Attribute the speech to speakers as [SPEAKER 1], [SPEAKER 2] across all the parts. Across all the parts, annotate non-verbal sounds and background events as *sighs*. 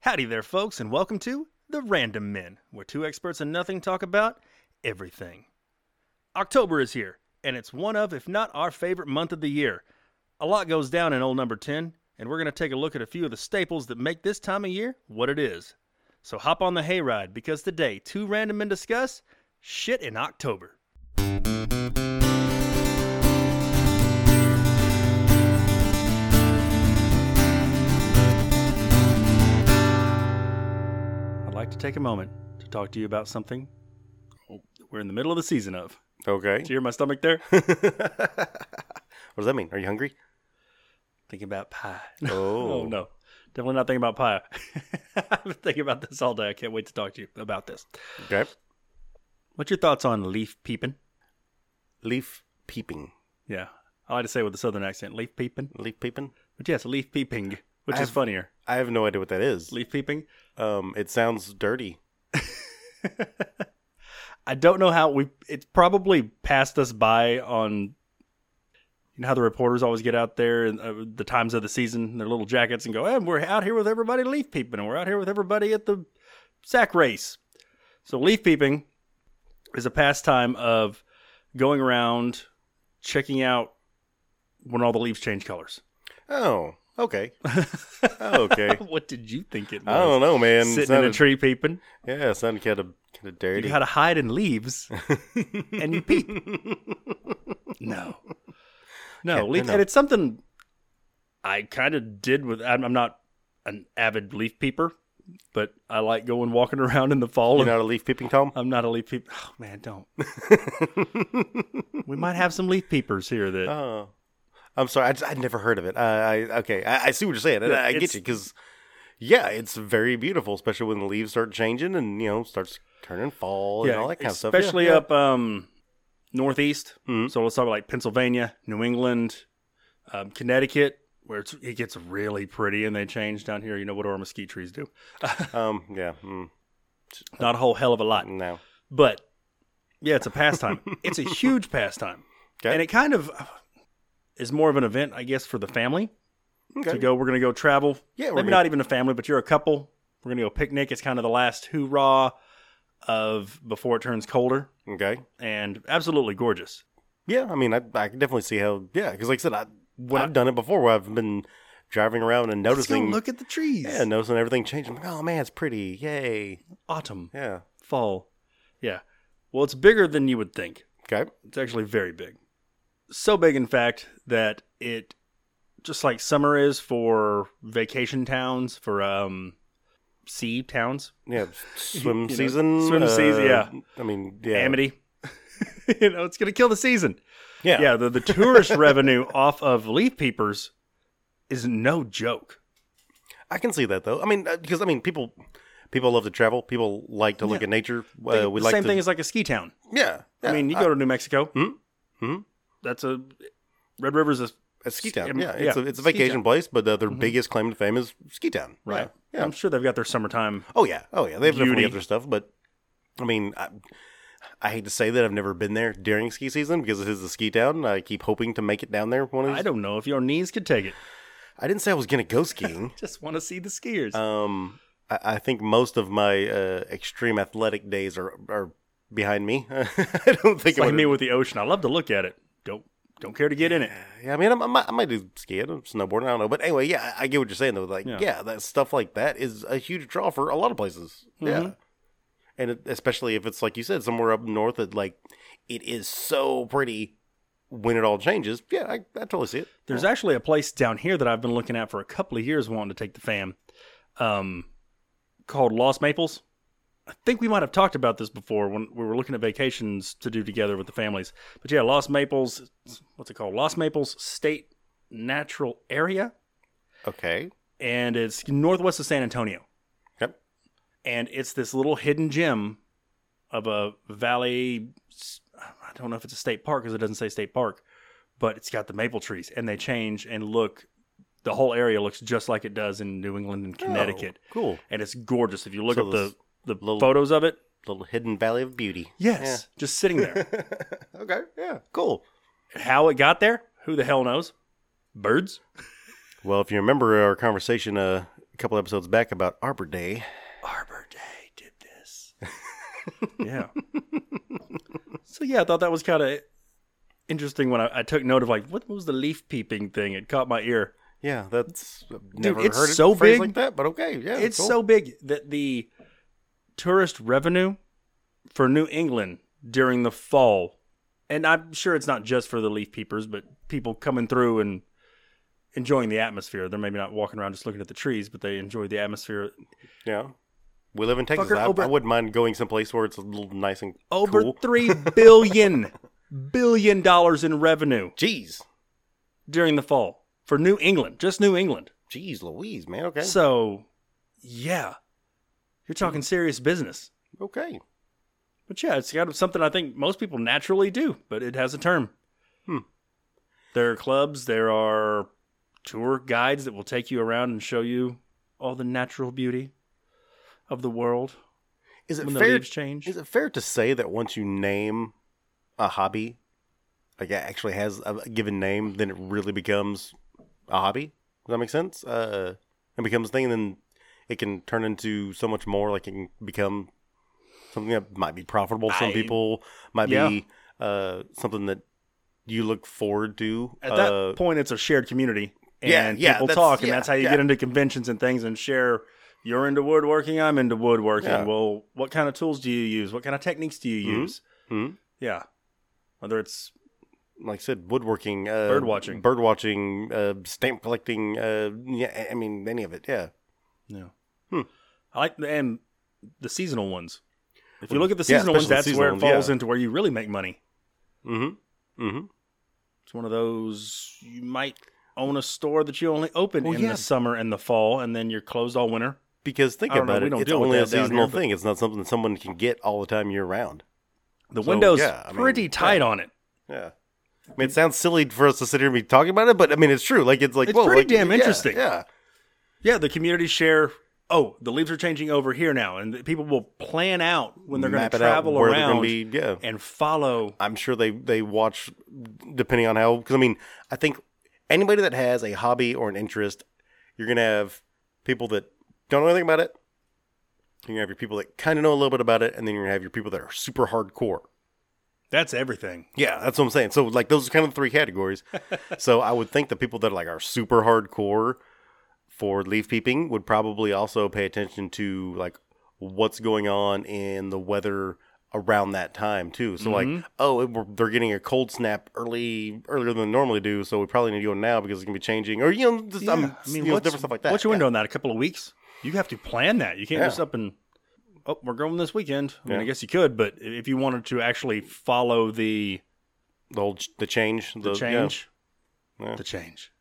[SPEAKER 1] Howdy there, folks, and welcome to The Random Men, where two experts on nothing talk about everything. October is here, and it's one of, if not our favorite month of the year. A lot goes down in old number 10, and we're going to take a look at a few of the staples that make this time of year what it is. So hop on the hayride, because today, two random men discuss shit in October. I'd like to take a moment to talk to you about something we're in the middle of the season of.
[SPEAKER 2] Okay.
[SPEAKER 1] Do you hear my stomach there?
[SPEAKER 2] *laughs* What does that mean? Are you hungry?
[SPEAKER 1] Thinking about pie.
[SPEAKER 2] Oh.
[SPEAKER 1] Oh *laughs* no, definitely not thinking about pie. *laughs* I've been thinking about this all day. I can't wait to talk to you about this.
[SPEAKER 2] Okay.
[SPEAKER 1] What's your thoughts on leaf peeping?
[SPEAKER 2] Leaf peeping.
[SPEAKER 1] Yeah, I like to say it with a southern accent, leaf peeping.
[SPEAKER 2] Leaf peeping?
[SPEAKER 1] But yes, leaf peeping, which is
[SPEAKER 2] I've-
[SPEAKER 1] funnier.
[SPEAKER 2] I have no idea what that is.
[SPEAKER 1] Leaf peeping.
[SPEAKER 2] Um, it sounds dirty.
[SPEAKER 1] I don't know how we. It's probably passed us by on. You know how the reporters always get out there and uh, the times of the season, in their little jackets, and go, "And we're out here with everybody leaf peeping, and we're out here with everybody at the sack race." So leaf peeping is a pastime of going around checking out when all the leaves change colors.
[SPEAKER 2] Oh. Okay. okay.
[SPEAKER 1] *laughs* what did you think it was?
[SPEAKER 2] I don't know, man.
[SPEAKER 1] Sitting in
[SPEAKER 2] sounded,
[SPEAKER 1] a tree peeping.
[SPEAKER 2] Yeah, it sounded kind of kind of dirty.
[SPEAKER 1] You *laughs*
[SPEAKER 2] *laughs*
[SPEAKER 1] had to hide in leaves, and you peep.
[SPEAKER 2] *laughs*
[SPEAKER 1] no, no,
[SPEAKER 2] Yeah,
[SPEAKER 1] leaf,
[SPEAKER 2] no.
[SPEAKER 1] and it's something I kind of did with. I'm, I'm not an avid leaf peeper, but I like going walking *laughs* around in the fall.
[SPEAKER 2] You're
[SPEAKER 1] and
[SPEAKER 2] not a leaf peeping Tom?
[SPEAKER 1] I'm not a leaf peeper. Oh, man, don't. Uh,
[SPEAKER 2] *laughs*
[SPEAKER 1] we might have some leaf peepers here. That
[SPEAKER 2] Oh. I'm sorry. I just, I'd never heard of it. Uh, I, I okay. I, I see what you're saying. and
[SPEAKER 1] Yeah,
[SPEAKER 2] I, I get
[SPEAKER 1] it's-
[SPEAKER 2] you because yeah, it's very beautiful, especially when the leaves start changing and you know starts turning fall and all that kind of stuff. Yeah,
[SPEAKER 1] Especially
[SPEAKER 2] yeah.
[SPEAKER 1] up um, northeast.
[SPEAKER 2] Mhm.
[SPEAKER 1] So let's talk about like Pennsylvania, New England, um, Connecticut, where it's, it gets really pretty and they change down here. You know what our mesquite trees do?
[SPEAKER 2] Um. Yeah. Mm,
[SPEAKER 1] Not a whole hell of a lot.
[SPEAKER 2] no.
[SPEAKER 1] But yeah, it's a
[SPEAKER 2] *laughs*
[SPEAKER 1] pastime. it's a huge pastime.
[SPEAKER 2] Okay.
[SPEAKER 1] And it kind of uh, is more of an event, I guess, for the family
[SPEAKER 2] Okay.
[SPEAKER 1] to go. We're going to go travel.
[SPEAKER 2] Yeah, we're
[SPEAKER 1] Maybe
[SPEAKER 2] gonna-
[SPEAKER 1] not even a family, but you're a couple. We're going to go picnic. It's kind of the last hoorah of before it turns colder
[SPEAKER 2] Okay.
[SPEAKER 1] and absolutely gorgeous.
[SPEAKER 2] Yeah, I mean, I, I can definitely see how. Yeah, because like I said, I when I've done it before, where I've been driving around and noticing,
[SPEAKER 1] at the trees.
[SPEAKER 2] yeah, noticing everything change. I'm like, oh man, it's pretty. Yay.
[SPEAKER 1] Autumn,
[SPEAKER 2] Yeah.
[SPEAKER 1] fall. Yeah. Well, it's bigger than you would think.
[SPEAKER 2] Okay.
[SPEAKER 1] It's actually very big. So big, in fact, that it, just like summer is for vacation towns, for um, sea towns, *laughs*
[SPEAKER 2] Yeah. Swim
[SPEAKER 1] know,
[SPEAKER 2] season. uh,
[SPEAKER 1] swim season, yeah.
[SPEAKER 2] I mean, yeah.
[SPEAKER 1] Amity. *laughs* you know, it's going to kill the season.
[SPEAKER 2] Yeah.
[SPEAKER 1] Yeah. the, the tourist revenue off of leaf peepers is no joke.
[SPEAKER 2] I can see that though. I mean, uh, because I mean, people people love to travel. People like to look at nature. Uh, we
[SPEAKER 1] the
[SPEAKER 2] like
[SPEAKER 1] same
[SPEAKER 2] to,
[SPEAKER 1] thing as like a ski town.
[SPEAKER 2] yeah, Uh,
[SPEAKER 1] I mean, you go to New Mexico.
[SPEAKER 2] Mhm. Mhm.
[SPEAKER 1] That's a Red River's a
[SPEAKER 2] a ski town.
[SPEAKER 1] um,
[SPEAKER 2] Yeah,
[SPEAKER 1] yeah,
[SPEAKER 2] it's a it's a
[SPEAKER 1] ski
[SPEAKER 2] vacation
[SPEAKER 1] town. Mm-hmm.
[SPEAKER 2] place, but uh, their biggest claim to fame is ski town. Yeah.
[SPEAKER 1] Right.
[SPEAKER 2] Yeah.
[SPEAKER 1] I'm sure they've got their summertime.
[SPEAKER 2] Oh yeah, oh yeah, they've definitely
[SPEAKER 1] Beauty.
[SPEAKER 2] got their stuff. But I mean, I, I hate to say that I've never been there during ski season because it is a ski town. I keep hoping to make it down there one of
[SPEAKER 1] I
[SPEAKER 2] these.
[SPEAKER 1] don't know if your knees could take it.
[SPEAKER 2] I, didn't say I was gonna
[SPEAKER 1] *laughs*
[SPEAKER 2] go skiing.
[SPEAKER 1] Just want to see the skiers.
[SPEAKER 2] um, I, I think most of my uh, extreme athletic days are are behind me. *laughs* I don't think
[SPEAKER 1] it's
[SPEAKER 2] I
[SPEAKER 1] like
[SPEAKER 2] would've-
[SPEAKER 1] me with the ocean. I love to look at it. Don't don't care to get in it.
[SPEAKER 2] Yeah, I mean, I, I, might, I might do skiing, or snowboarding. I don't know, but anyway, yeah, I, I get what you're saying though. Like,
[SPEAKER 1] Yeah.
[SPEAKER 2] yeah. that stuff like that is a huge draw for a lot of places.
[SPEAKER 1] Mm-hmm.
[SPEAKER 2] Yeah, and it, especially if it's like you said, somewhere up north that like it is so pretty when it all changes. Yeah, I, I totally see it.
[SPEAKER 1] There's actually a place down here that I've been looking at for a couple of years, wanting to take the fam, um, called Lost Maples. I think we might have talked about this before when we were looking at vacations to do together with the families. But yeah, Lost Maples, what's it called? Lost Maples State Natural Area,
[SPEAKER 2] Okay.
[SPEAKER 1] and it's northwest of San Antonio.
[SPEAKER 2] Yep.
[SPEAKER 1] and it's this little hidden gem of a valley. I don't know if it's a state park because it doesn't say state park, but it's got the maple trees and they change and look. The whole area looks just like it does in New England and Connecticut,
[SPEAKER 2] Oh, cool.
[SPEAKER 1] and it's gorgeous. If you look
[SPEAKER 2] So
[SPEAKER 1] up
[SPEAKER 2] this
[SPEAKER 1] the the
[SPEAKER 2] little-
[SPEAKER 1] photos of it,
[SPEAKER 2] Little hidden valley of beauty.
[SPEAKER 1] yes, just sitting there.
[SPEAKER 2] *laughs* Okay. Yeah. Cool.
[SPEAKER 1] How it got there, who the hell knows? Birds.
[SPEAKER 2] Well, if you remember our conversation uh, a couple episodes back about Arbor Day.
[SPEAKER 1] Arbor Day did
[SPEAKER 2] *laughs*
[SPEAKER 1] this. yeah. So yeah, I thought that was kind of interesting when I, I took note of like what was the leaf peeping thing. It caught my ear.
[SPEAKER 2] Yeah, that's I've never
[SPEAKER 1] it's
[SPEAKER 2] heard
[SPEAKER 1] so
[SPEAKER 2] it phrased
[SPEAKER 1] big.
[SPEAKER 2] like that, but okay, yeah,
[SPEAKER 1] it's
[SPEAKER 2] cool.
[SPEAKER 1] so big that the tourist revenue for New England during the fall, and I'm sure it's not just for the leaf peepers, but people coming through and enjoying the atmosphere. They're maybe not walking around just looking at the trees, but they enjoy the atmosphere.
[SPEAKER 2] yeah. We live in Texas.
[SPEAKER 1] Fucker,
[SPEAKER 2] I,
[SPEAKER 1] over-
[SPEAKER 2] I wouldn't mind going someplace where it's a little nice and
[SPEAKER 1] Over
[SPEAKER 2] cool.
[SPEAKER 1] three billion *laughs* billion dollars in revenue
[SPEAKER 2] Jeez,
[SPEAKER 1] during the fall for New England, just New England.
[SPEAKER 2] jeez, Louise, man. Okay,
[SPEAKER 1] So, yeah, you're talking serious business.
[SPEAKER 2] okay.
[SPEAKER 1] But yeah, it's kind of something I think most people naturally do, but it has a term.
[SPEAKER 2] Hmm.
[SPEAKER 1] There are clubs, there are tour guides that will take you around and show you all the natural beauty of the world
[SPEAKER 2] Is it
[SPEAKER 1] when the
[SPEAKER 2] fair?
[SPEAKER 1] leaves change.
[SPEAKER 2] Is it fair to say that once you name a hobby, like it actually has a given name, then it really becomes a hobby? Does that make sense? Uh, it becomes a thing, and then it can turn into so much more. Like it can become something that might be profitable. to Some
[SPEAKER 1] I-
[SPEAKER 2] people might
[SPEAKER 1] Yeah.
[SPEAKER 2] be uh, something that you look forward to.
[SPEAKER 1] At that
[SPEAKER 2] uh,
[SPEAKER 1] point, it's a shared community. And
[SPEAKER 2] Yeah, yeah,
[SPEAKER 1] people
[SPEAKER 2] that's-
[SPEAKER 1] talk, and
[SPEAKER 2] yeah,
[SPEAKER 1] that's how you
[SPEAKER 2] yeah.
[SPEAKER 1] get into conventions and things and share. You're into woodworking, I'm into woodworking.
[SPEAKER 2] Yeah.
[SPEAKER 1] Well, what kind of tools do you use? What kind of techniques do you
[SPEAKER 2] Mhm.
[SPEAKER 1] use?
[SPEAKER 2] hmm?
[SPEAKER 1] Yeah. Whether it's
[SPEAKER 2] like I said, woodworking, uh,
[SPEAKER 1] Bird watching.
[SPEAKER 2] bird watching, uh, stamp collecting. Uh, yeah, I- I mean any of it. Yeah.
[SPEAKER 1] Yeah.
[SPEAKER 2] Hmm.
[SPEAKER 1] I like and the seasonal ones. If you
[SPEAKER 2] Well,
[SPEAKER 1] look at the
[SPEAKER 2] yeah,
[SPEAKER 1] seasonal ones,
[SPEAKER 2] especially the
[SPEAKER 1] that's
[SPEAKER 2] seasonal
[SPEAKER 1] where it
[SPEAKER 2] ones,
[SPEAKER 1] falls
[SPEAKER 2] yeah.
[SPEAKER 1] into where you really make money.
[SPEAKER 2] Mm-hmm. Mm-hmm.
[SPEAKER 1] It's one of those you might own a store that you only open
[SPEAKER 2] Well,
[SPEAKER 1] in
[SPEAKER 2] yeah.
[SPEAKER 1] the summer and the fall, and then you're closed all winter.
[SPEAKER 2] Because think
[SPEAKER 1] I don't know,
[SPEAKER 2] about
[SPEAKER 1] we
[SPEAKER 2] it,
[SPEAKER 1] don't
[SPEAKER 2] it's
[SPEAKER 1] deal with
[SPEAKER 2] only a
[SPEAKER 1] that down here,
[SPEAKER 2] seasonal
[SPEAKER 1] but-
[SPEAKER 2] thing. It's not something someone can get all the time year round.
[SPEAKER 1] The
[SPEAKER 2] So,
[SPEAKER 1] window's
[SPEAKER 2] yeah, I mean,
[SPEAKER 1] pretty
[SPEAKER 2] yeah.
[SPEAKER 1] tight on it.
[SPEAKER 2] Yeah. I mean, it sounds silly for us to sit here and be talking about it, but I mean, it's true. Like it's like
[SPEAKER 1] It's
[SPEAKER 2] whoa,
[SPEAKER 1] pretty
[SPEAKER 2] like,
[SPEAKER 1] damn
[SPEAKER 2] yeah,
[SPEAKER 1] interesting.
[SPEAKER 2] Yeah.
[SPEAKER 1] Yeah, the communities share. Oh, the leaves are changing over here now, and the people will plan out when they're going
[SPEAKER 2] Map
[SPEAKER 1] to
[SPEAKER 2] it out
[SPEAKER 1] travel
[SPEAKER 2] where
[SPEAKER 1] around
[SPEAKER 2] They're gonna be, yeah.
[SPEAKER 1] and follow.
[SPEAKER 2] I'm sure they they watch depending on how. Because I mean, I think anybody that has a hobby or an interest, you're gonna have people that don't know anything about it. You're gonna have your people that kind of know a little bit about it, and then you're gonna have your people that are super hardcore.
[SPEAKER 1] That's everything.
[SPEAKER 2] Yeah, that's what I'm saying. So like those are kind of the three categories.
[SPEAKER 1] *laughs*
[SPEAKER 2] so I would think the people that like are super hardcore for leaf peeping would probably also pay attention to like what's going on in the weather around that time too. So
[SPEAKER 1] Mm-hmm.
[SPEAKER 2] like oh it, we're, they're getting a cold snap early earlier than they normally do, so we probably need to go now because it's gonna be changing or you know just,
[SPEAKER 1] Yeah,
[SPEAKER 2] um, you know,
[SPEAKER 1] what's-
[SPEAKER 2] different stuff like that.
[SPEAKER 1] What's your
[SPEAKER 2] Yeah.
[SPEAKER 1] window on that? A couple of weeks? You have to plan that. You can't
[SPEAKER 2] Yeah.
[SPEAKER 1] just up and oh, we're going this weekend. I mean, I
[SPEAKER 2] Yeah.
[SPEAKER 1] guess you could, but i- if you wanted to actually follow the
[SPEAKER 2] The whole ch- the change
[SPEAKER 1] the
[SPEAKER 2] yeah.
[SPEAKER 1] change,
[SPEAKER 2] Yeah.
[SPEAKER 1] the change.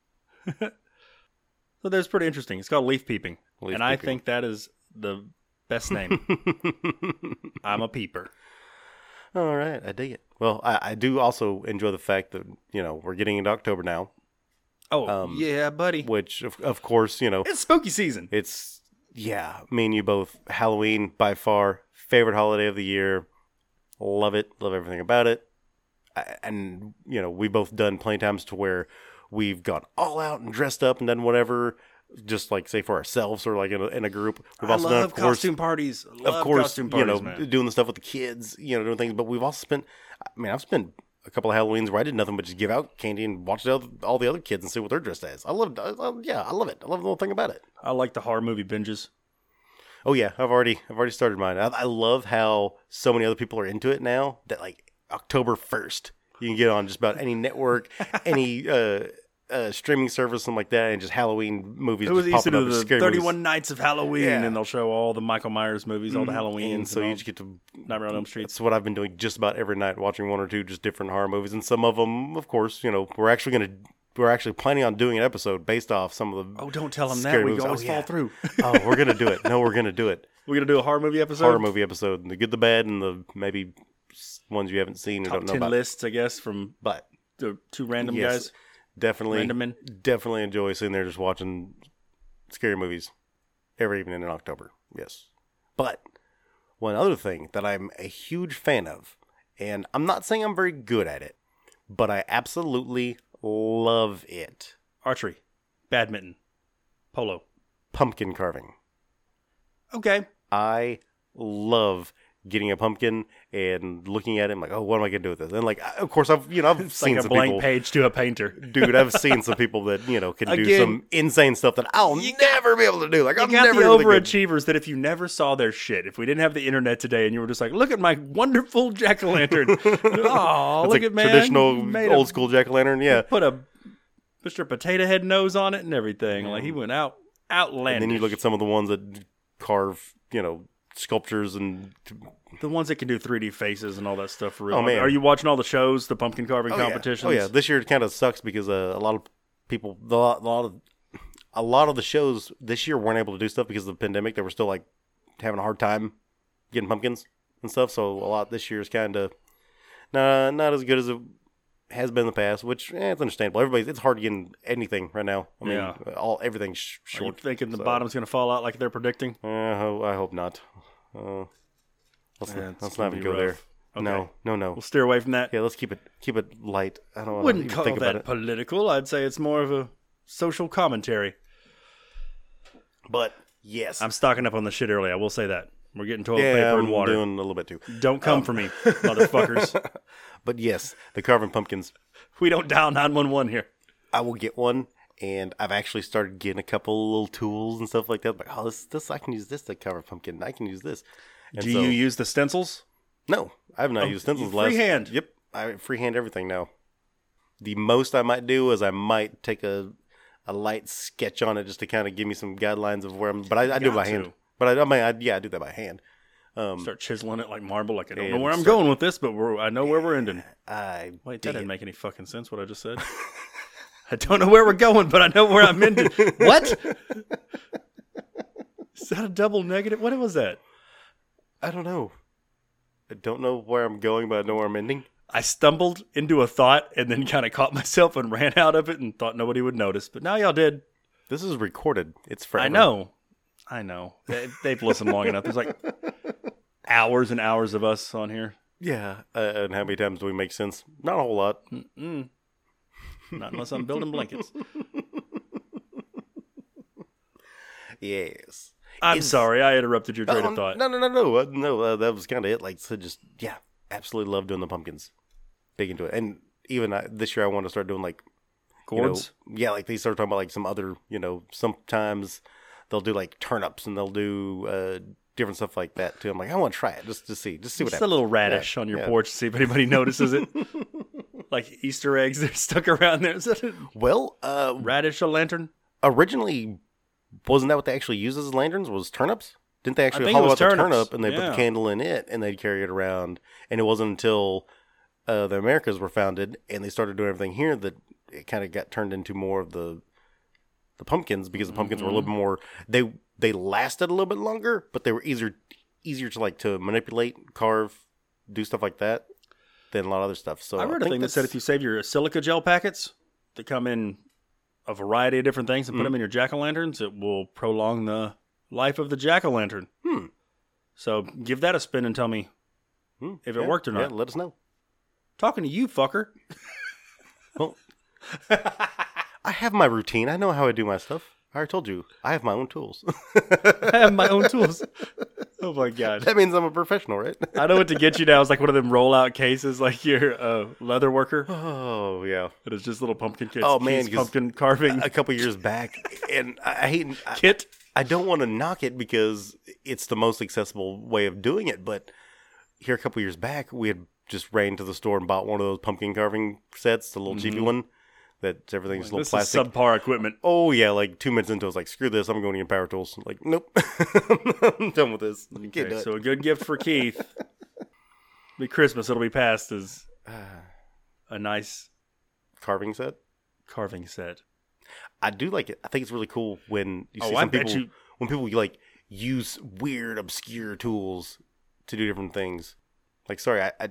[SPEAKER 1] *laughs* so that's pretty interesting. It's called leaf peeping,
[SPEAKER 2] Leaf
[SPEAKER 1] and I
[SPEAKER 2] peeping.
[SPEAKER 1] think that is the best
[SPEAKER 2] *laughs*
[SPEAKER 1] name. I'm a peeper.
[SPEAKER 2] All right, I dig it. Well, I, I do also enjoy the fact that you know we're getting into October now,
[SPEAKER 1] Oh
[SPEAKER 2] Um,
[SPEAKER 1] yeah, buddy.
[SPEAKER 2] which of, of course you know
[SPEAKER 1] It's spooky season.
[SPEAKER 2] it's yeah. Me and you both Halloween by far favorite holiday of the year. Love it. Love everything about it. I, and you know we both done plenty times to where we've gone all out and dressed up and done whatever, just like say for ourselves or like in a, in a group. We've
[SPEAKER 1] I
[SPEAKER 2] also done
[SPEAKER 1] love
[SPEAKER 2] of course
[SPEAKER 1] costume parties.
[SPEAKER 2] of
[SPEAKER 1] Love
[SPEAKER 2] course,
[SPEAKER 1] costume
[SPEAKER 2] you
[SPEAKER 1] parties,
[SPEAKER 2] know,
[SPEAKER 1] man.
[SPEAKER 2] doing the stuff with the kids, you know, doing things. But we've also spent, I mean, I've spent a couple of Halloweens where I did nothing but just give out candy and watch the other, all the other kids and see what they're dressed as. I love, I love- yeah, I love it. I love the whole thing about it.
[SPEAKER 1] I like the horror movie binges.
[SPEAKER 2] Oh yeah, I've already, I've already started mine. I, I love how so many other people are into it now. That like October first, you can get on just about
[SPEAKER 1] *laughs*
[SPEAKER 2] any network, any. uh uh, streaming service, something like that, and just Halloween movies.
[SPEAKER 1] It was
[SPEAKER 2] just
[SPEAKER 1] easy
[SPEAKER 2] popping
[SPEAKER 1] to
[SPEAKER 2] up as
[SPEAKER 1] the
[SPEAKER 2] scary
[SPEAKER 1] 31
[SPEAKER 2] movies.
[SPEAKER 1] Nights of Halloween,
[SPEAKER 2] Yeah. Mm,
[SPEAKER 1] and they'll show all the Michael Myers movies, all the Halloween,
[SPEAKER 2] Mm-hmm. and so you just get to
[SPEAKER 1] Nightmare on Elm Street.
[SPEAKER 2] That's what I've been doing just about every night, watching one or two just different horror movies, and some of them, of course, you know, we're actually gonna we're actually planning on doing an episode based off some of the.
[SPEAKER 1] Oh, don't tell them
[SPEAKER 2] Scary
[SPEAKER 1] that. We
[SPEAKER 2] movies.
[SPEAKER 1] always
[SPEAKER 2] Oh,
[SPEAKER 1] fall *laughs*
[SPEAKER 2] yeah.
[SPEAKER 1] through.
[SPEAKER 2] *laughs* Oh, we're gonna do it. No, we're gonna do
[SPEAKER 1] *laughs*
[SPEAKER 2] it.
[SPEAKER 1] We're gonna do a horror movie episode.
[SPEAKER 2] Horror movie episode, the good, the bad, and the maybe s- ones you haven't seen or
[SPEAKER 1] Top
[SPEAKER 2] don't know
[SPEAKER 1] ten
[SPEAKER 2] about.
[SPEAKER 1] lists, I guess, from
[SPEAKER 2] But
[SPEAKER 1] the two random
[SPEAKER 2] Yes.
[SPEAKER 1] guys.
[SPEAKER 2] definitely,
[SPEAKER 1] Random men.
[SPEAKER 2] definitely enjoy sitting there just watching scary movies every evening in October. Yes. But one other thing that I'm a huge fan of, and I'm not saying I'm very good at it, but I absolutely love it.
[SPEAKER 1] Archery, badminton, polo.
[SPEAKER 2] pumpkin carving.
[SPEAKER 1] Okay.
[SPEAKER 2] I love getting a pumpkin and looking at it. I'm like, oh, what am I gonna do with this? And like, I- of course, I've you know I've
[SPEAKER 1] It's
[SPEAKER 2] seen
[SPEAKER 1] like a
[SPEAKER 2] some
[SPEAKER 1] blank
[SPEAKER 2] people,
[SPEAKER 1] page to a painter.
[SPEAKER 2] *laughs* dude. I've seen some people that you know can do
[SPEAKER 1] Again,
[SPEAKER 2] some insane stuff that I'll never be able to do. Like,
[SPEAKER 1] You
[SPEAKER 2] I'm
[SPEAKER 1] got
[SPEAKER 2] never
[SPEAKER 1] the
[SPEAKER 2] gonna get-
[SPEAKER 1] overachievers that if you never saw their shit, if we didn't have the internet today and you were just like, look at my wonderful jack o' *laughs*
[SPEAKER 2] *laughs*
[SPEAKER 1] lantern. oh,
[SPEAKER 2] It's
[SPEAKER 1] look
[SPEAKER 2] like
[SPEAKER 1] at man. You
[SPEAKER 2] traditional
[SPEAKER 1] made
[SPEAKER 2] old
[SPEAKER 1] a,
[SPEAKER 2] school jack o' lantern. Yeah,
[SPEAKER 1] Put a Mr. Potato Head nose on it and everything. Like he went out outlandish.
[SPEAKER 2] and then you look at some of the ones that carve, you know, sculptures and
[SPEAKER 1] the ones that can do 3D faces and all that stuff. For real.
[SPEAKER 2] Oh, man.
[SPEAKER 1] Are you watching all the shows, the pumpkin carving competitions?
[SPEAKER 2] competition. Oh yeah, this year it kind of sucks because uh, a lot of people, a lot, a lot of, a lot of the shows this year weren't able to do stuff because of the pandemic. They were still like having a hard time getting pumpkins and stuff. So a lot this year is kind of nah, not as good as it has been in the past. Which eh, it's understandable. Everybody's it's hard to get anything right now. I mean,
[SPEAKER 1] Yeah.
[SPEAKER 2] all everything's sh-
[SPEAKER 1] Are you
[SPEAKER 2] short.
[SPEAKER 1] thinking the
[SPEAKER 2] so-
[SPEAKER 1] bottom's going to fall out like they're predicting?
[SPEAKER 2] Uh, I ho- I hope not. Uh, let's,
[SPEAKER 1] Yeah, Eh, it's
[SPEAKER 2] let's
[SPEAKER 1] gonna
[SPEAKER 2] not even
[SPEAKER 1] be
[SPEAKER 2] go there.
[SPEAKER 1] rough. Okay.
[SPEAKER 2] No, no, no.
[SPEAKER 1] We'll steer away from that.
[SPEAKER 2] Yeah, let's keep it keep it light. I don't want
[SPEAKER 1] Wouldn't
[SPEAKER 2] to
[SPEAKER 1] call
[SPEAKER 2] think about
[SPEAKER 1] that
[SPEAKER 2] it.
[SPEAKER 1] political. I'd say it's more of a social commentary.
[SPEAKER 2] But yes,
[SPEAKER 1] I'm stocking up on the shit early. I will say that. We're getting toilet
[SPEAKER 2] yeah,
[SPEAKER 1] paper
[SPEAKER 2] I'm
[SPEAKER 1] and water.
[SPEAKER 2] doing a little bit too.
[SPEAKER 1] Don't come for me, motherfuckers.
[SPEAKER 2] But yes, the carving pumpkins.
[SPEAKER 1] we don't dial 911 here.
[SPEAKER 2] I will get one, and I've actually started getting a couple little tools and stuff like that. Like, oh, this this I can use this to carve a pumpkin. I can use this. And
[SPEAKER 1] Do
[SPEAKER 2] so-
[SPEAKER 1] you use the stencils?
[SPEAKER 2] No, I have not used stencils.
[SPEAKER 1] Oh, you
[SPEAKER 2] last-
[SPEAKER 1] freehand.
[SPEAKER 2] Yep, I freehand everything now. The most I might do is I might take a a light sketch on it just to kind of give me some guidelines of where I'm. But I, I do it
[SPEAKER 1] Got
[SPEAKER 2] by
[SPEAKER 1] to.
[SPEAKER 2] hand. But I, I mean, I, yeah, I do that by hand.
[SPEAKER 1] Start chiseling it like marble. Like I don't
[SPEAKER 2] Yeah,
[SPEAKER 1] know where I'm
[SPEAKER 2] start-
[SPEAKER 1] going with this, but we're, I know where we're ending.
[SPEAKER 2] I
[SPEAKER 1] Wait, that
[SPEAKER 2] dig
[SPEAKER 1] didn't
[SPEAKER 2] it.
[SPEAKER 1] make any fucking sense. What I just said. I don't know where we're going, but I know where I'm ending. what? Is that a double negative? What was that?
[SPEAKER 2] I don't know. I don't know where I'm going, but I know where I'm ending.
[SPEAKER 1] I stumbled into a thought and then kind of caught myself and ran out of it and thought nobody would notice. But now y'all did.
[SPEAKER 2] This is recorded. It's forever.
[SPEAKER 1] I know. I know. They, they've listened long enough. There's like hours and hours of us on here.
[SPEAKER 2] Yeah. Uh, and how many times do we make sense? Not a whole lot.
[SPEAKER 1] Mm. Mm-mm. Not unless I'm building blankets.
[SPEAKER 2] Yes.
[SPEAKER 1] I'm
[SPEAKER 2] It's-
[SPEAKER 1] sorry. I interrupted your train
[SPEAKER 2] Oh,
[SPEAKER 1] of thought.
[SPEAKER 2] No, no, no, no. Uh, no, uh, that was kind of it. Like, so just, yeah, absolutely love doing the pumpkins. Big into it. And even I, this year, I want to start doing like, you know,
[SPEAKER 1] Gourds.
[SPEAKER 2] yeah, like they start talking about like some other, you know, sometimes they'll do like turnips and they'll do uh, different stuff like that too. I'm like, I want to try it just to see, just see what
[SPEAKER 1] Just a
[SPEAKER 2] happens.
[SPEAKER 1] little radish on your
[SPEAKER 2] yeah.
[SPEAKER 1] porch to see if anybody notices
[SPEAKER 2] *laughs*
[SPEAKER 1] it. like Easter eggs, they're stuck around there. Is that a
[SPEAKER 2] Well, uh,
[SPEAKER 1] radish a lantern?
[SPEAKER 2] originally wasn't that what they actually used as lanterns was turnips didn't they actually
[SPEAKER 1] think it
[SPEAKER 2] hollow out
[SPEAKER 1] was
[SPEAKER 2] the
[SPEAKER 1] turnips,
[SPEAKER 2] turnip and they put
[SPEAKER 1] yeah.
[SPEAKER 2] the candle in it and they'd carry it around and it wasn't until uh, the americas were founded and they started doing everything here that it kind of got turned into more of the the pumpkins because the pumpkins were a little
[SPEAKER 1] Mm-hmm.
[SPEAKER 2] bit more they they lasted a little bit longer but they were easier easier to like to manipulate carve do stuff like that than a lot of other stuff so
[SPEAKER 1] I read a
[SPEAKER 2] think
[SPEAKER 1] thing that said
[SPEAKER 2] that's-
[SPEAKER 1] if you save your silica gel packets that come in a variety of different things and
[SPEAKER 2] Mm-hmm.
[SPEAKER 1] put them in your jack o' lanterns, it will prolong the life of the jack o' lantern.
[SPEAKER 2] Hmm.
[SPEAKER 1] So give that a spin and tell me.
[SPEAKER 2] Hmm,
[SPEAKER 1] if it
[SPEAKER 2] yeah,
[SPEAKER 1] worked or not.
[SPEAKER 2] yeah, let us know
[SPEAKER 1] Talking to you, fucker. *laughs*
[SPEAKER 2] Well, *laughs* I have my routine. I know how I do my stuff. I already told you, I have my own tools. *laughs*
[SPEAKER 1] I have my own tools. Oh my god.
[SPEAKER 2] that means I'm a
[SPEAKER 1] *laughs*
[SPEAKER 2] professional, right?
[SPEAKER 1] I know what to get you now. It's like one of them rollout cases, like your uh, leather worker.
[SPEAKER 2] oh yeah.
[SPEAKER 1] It is just little pumpkin kits.
[SPEAKER 2] Oh, man,
[SPEAKER 1] Keith's
[SPEAKER 2] 'cause-
[SPEAKER 1] pumpkin carving
[SPEAKER 2] A couple years back, and I I hate. I,
[SPEAKER 1] kit.
[SPEAKER 2] I don't want to knock it because it's the most accessible way of doing it. But here, a couple years back, we had just ran to the store and bought one of those pumpkin carving sets, the little cheapy one that everything's a
[SPEAKER 1] Mm-hmm.
[SPEAKER 2] little
[SPEAKER 1] This
[SPEAKER 2] plastic.
[SPEAKER 1] is subpar equipment.
[SPEAKER 2] oh yeah, like two minutes into, it, I was like, "Screw this! I'm going to get power tools." Like, nope, *laughs* I'm done with this. I can't do
[SPEAKER 1] Okay,
[SPEAKER 2] it.
[SPEAKER 1] so a good gift for
[SPEAKER 2] *laughs*
[SPEAKER 1] Keith. be Christmas. It'll be passed as a nice
[SPEAKER 2] *sighs* carving set.
[SPEAKER 1] carving set.
[SPEAKER 2] I do like it. I think it's really cool when you
[SPEAKER 1] Oh,
[SPEAKER 2] see some
[SPEAKER 1] I bet
[SPEAKER 2] people
[SPEAKER 1] you-
[SPEAKER 2] when people like use weird, obscure tools to do different things. Like, sorry, I, I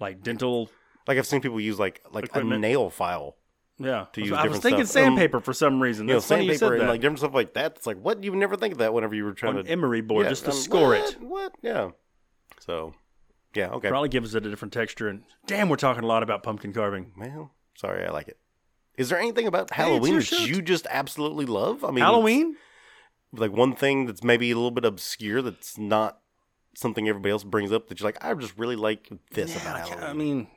[SPEAKER 1] Like dental.
[SPEAKER 2] like I've seen people use like like a
[SPEAKER 1] Equipment.
[SPEAKER 2] nail file,
[SPEAKER 1] Yeah.
[SPEAKER 2] To use
[SPEAKER 1] I was
[SPEAKER 2] different
[SPEAKER 1] thinking
[SPEAKER 2] stuff. Um,
[SPEAKER 1] sandpaper for some reason.
[SPEAKER 2] you know,
[SPEAKER 1] That's funny you
[SPEAKER 2] sandpaper
[SPEAKER 1] said
[SPEAKER 2] and
[SPEAKER 1] that.
[SPEAKER 2] like different stuff like that. It's like what you would never think of that whenever you were trying
[SPEAKER 1] on
[SPEAKER 2] to
[SPEAKER 1] emery board
[SPEAKER 2] Yeah,
[SPEAKER 1] just to
[SPEAKER 2] I'm-
[SPEAKER 1] score it.
[SPEAKER 2] what? What? Yeah. So, yeah, okay.
[SPEAKER 1] Probably gives it a different texture. And damn, we're talking a lot about pumpkin carving.
[SPEAKER 2] Well, sorry, I like it. Is there anything about
[SPEAKER 1] it's
[SPEAKER 2] Halloween
[SPEAKER 1] your
[SPEAKER 2] that
[SPEAKER 1] show.
[SPEAKER 2] you just absolutely love? I mean,
[SPEAKER 1] Halloween?
[SPEAKER 2] like one thing that's maybe a little bit obscure that's not something everybody else brings up that you're like, I just really like this
[SPEAKER 1] Yeah,
[SPEAKER 2] about
[SPEAKER 1] I ca-
[SPEAKER 2] Halloween.
[SPEAKER 1] I mean,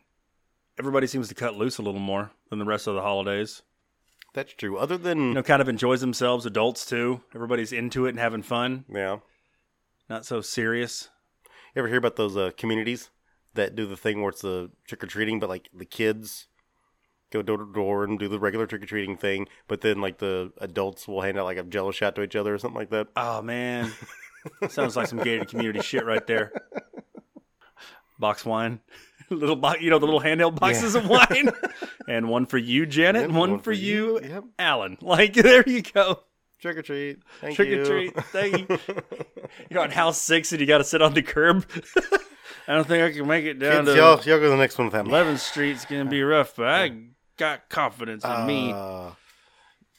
[SPEAKER 1] everybody seems to cut loose a little more than the rest of the holidays.
[SPEAKER 2] that's true. Other than
[SPEAKER 1] You know, kind of enjoys themselves. Adults too. Everybody's into it and having fun.
[SPEAKER 2] yeah,
[SPEAKER 1] Not so serious.
[SPEAKER 2] you ever hear about those uh, communities that do the thing where it's the trick or treating, but like the kids go door to door and do the regular trick or treating thing, but then like the adults will hand out like a Jello shot to each other or something like that.
[SPEAKER 1] Oh
[SPEAKER 2] *laughs*
[SPEAKER 1] man, sounds like some gated community shit right there. Box wine, *laughs* little box, you know the little handheld boxes of wine,
[SPEAKER 2] *laughs*
[SPEAKER 1] and one for you, Janet, and one, for, you,
[SPEAKER 2] Yep.
[SPEAKER 1] Alan. *laughs* Like there you go,
[SPEAKER 2] Trick or treat. Thank
[SPEAKER 1] trick
[SPEAKER 2] you.
[SPEAKER 1] or
[SPEAKER 2] *laughs*
[SPEAKER 1] treat. Thank you. You're on house six and you got to sit on the curb. *laughs* I don't think I can make it down to
[SPEAKER 2] Kids, y'all, y'all go to the next one with that.
[SPEAKER 1] 11th Street. It's gonna be rough, but I got confidence in me.
[SPEAKER 2] Uh,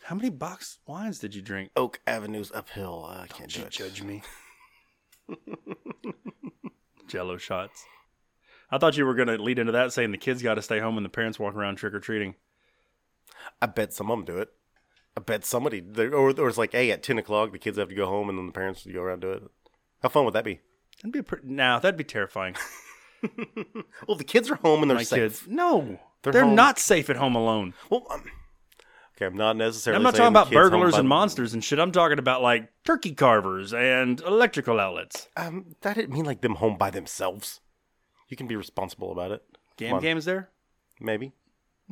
[SPEAKER 1] How many box wines did you drink?
[SPEAKER 2] Oak Avenue's uphill. I can't
[SPEAKER 1] Don't you
[SPEAKER 2] judge.
[SPEAKER 1] judge me. Jello shots. I thought you were going to lead into that saying the kids got to stay home and the parents walk around trick or treating.
[SPEAKER 2] I bet some of them do it. I bet somebody, they- or, or it's like, hey, at 10 o'clock, the kids have to go home and then the parents go around and do it. How fun would that be?
[SPEAKER 1] That'd be a pretty. Now that'd be terrifying.
[SPEAKER 2] Well, the kids are home and they're
[SPEAKER 1] My
[SPEAKER 2] safe.
[SPEAKER 1] kids, no,
[SPEAKER 2] They're
[SPEAKER 1] they're,
[SPEAKER 2] home.
[SPEAKER 1] not safe at home alone.
[SPEAKER 2] Well, um, okay, I'm not necessarily.
[SPEAKER 1] I'm not talking
[SPEAKER 2] saying
[SPEAKER 1] about
[SPEAKER 2] the kids home
[SPEAKER 1] burglars
[SPEAKER 2] by-
[SPEAKER 1] and monsters and shit. I'm talking about like turkey carvers and electrical outlets.
[SPEAKER 2] Um, that didn't mean like them home by themselves. You can be responsible about it.
[SPEAKER 1] Gam
[SPEAKER 2] Come on.
[SPEAKER 1] Gam is there?
[SPEAKER 2] Maybe.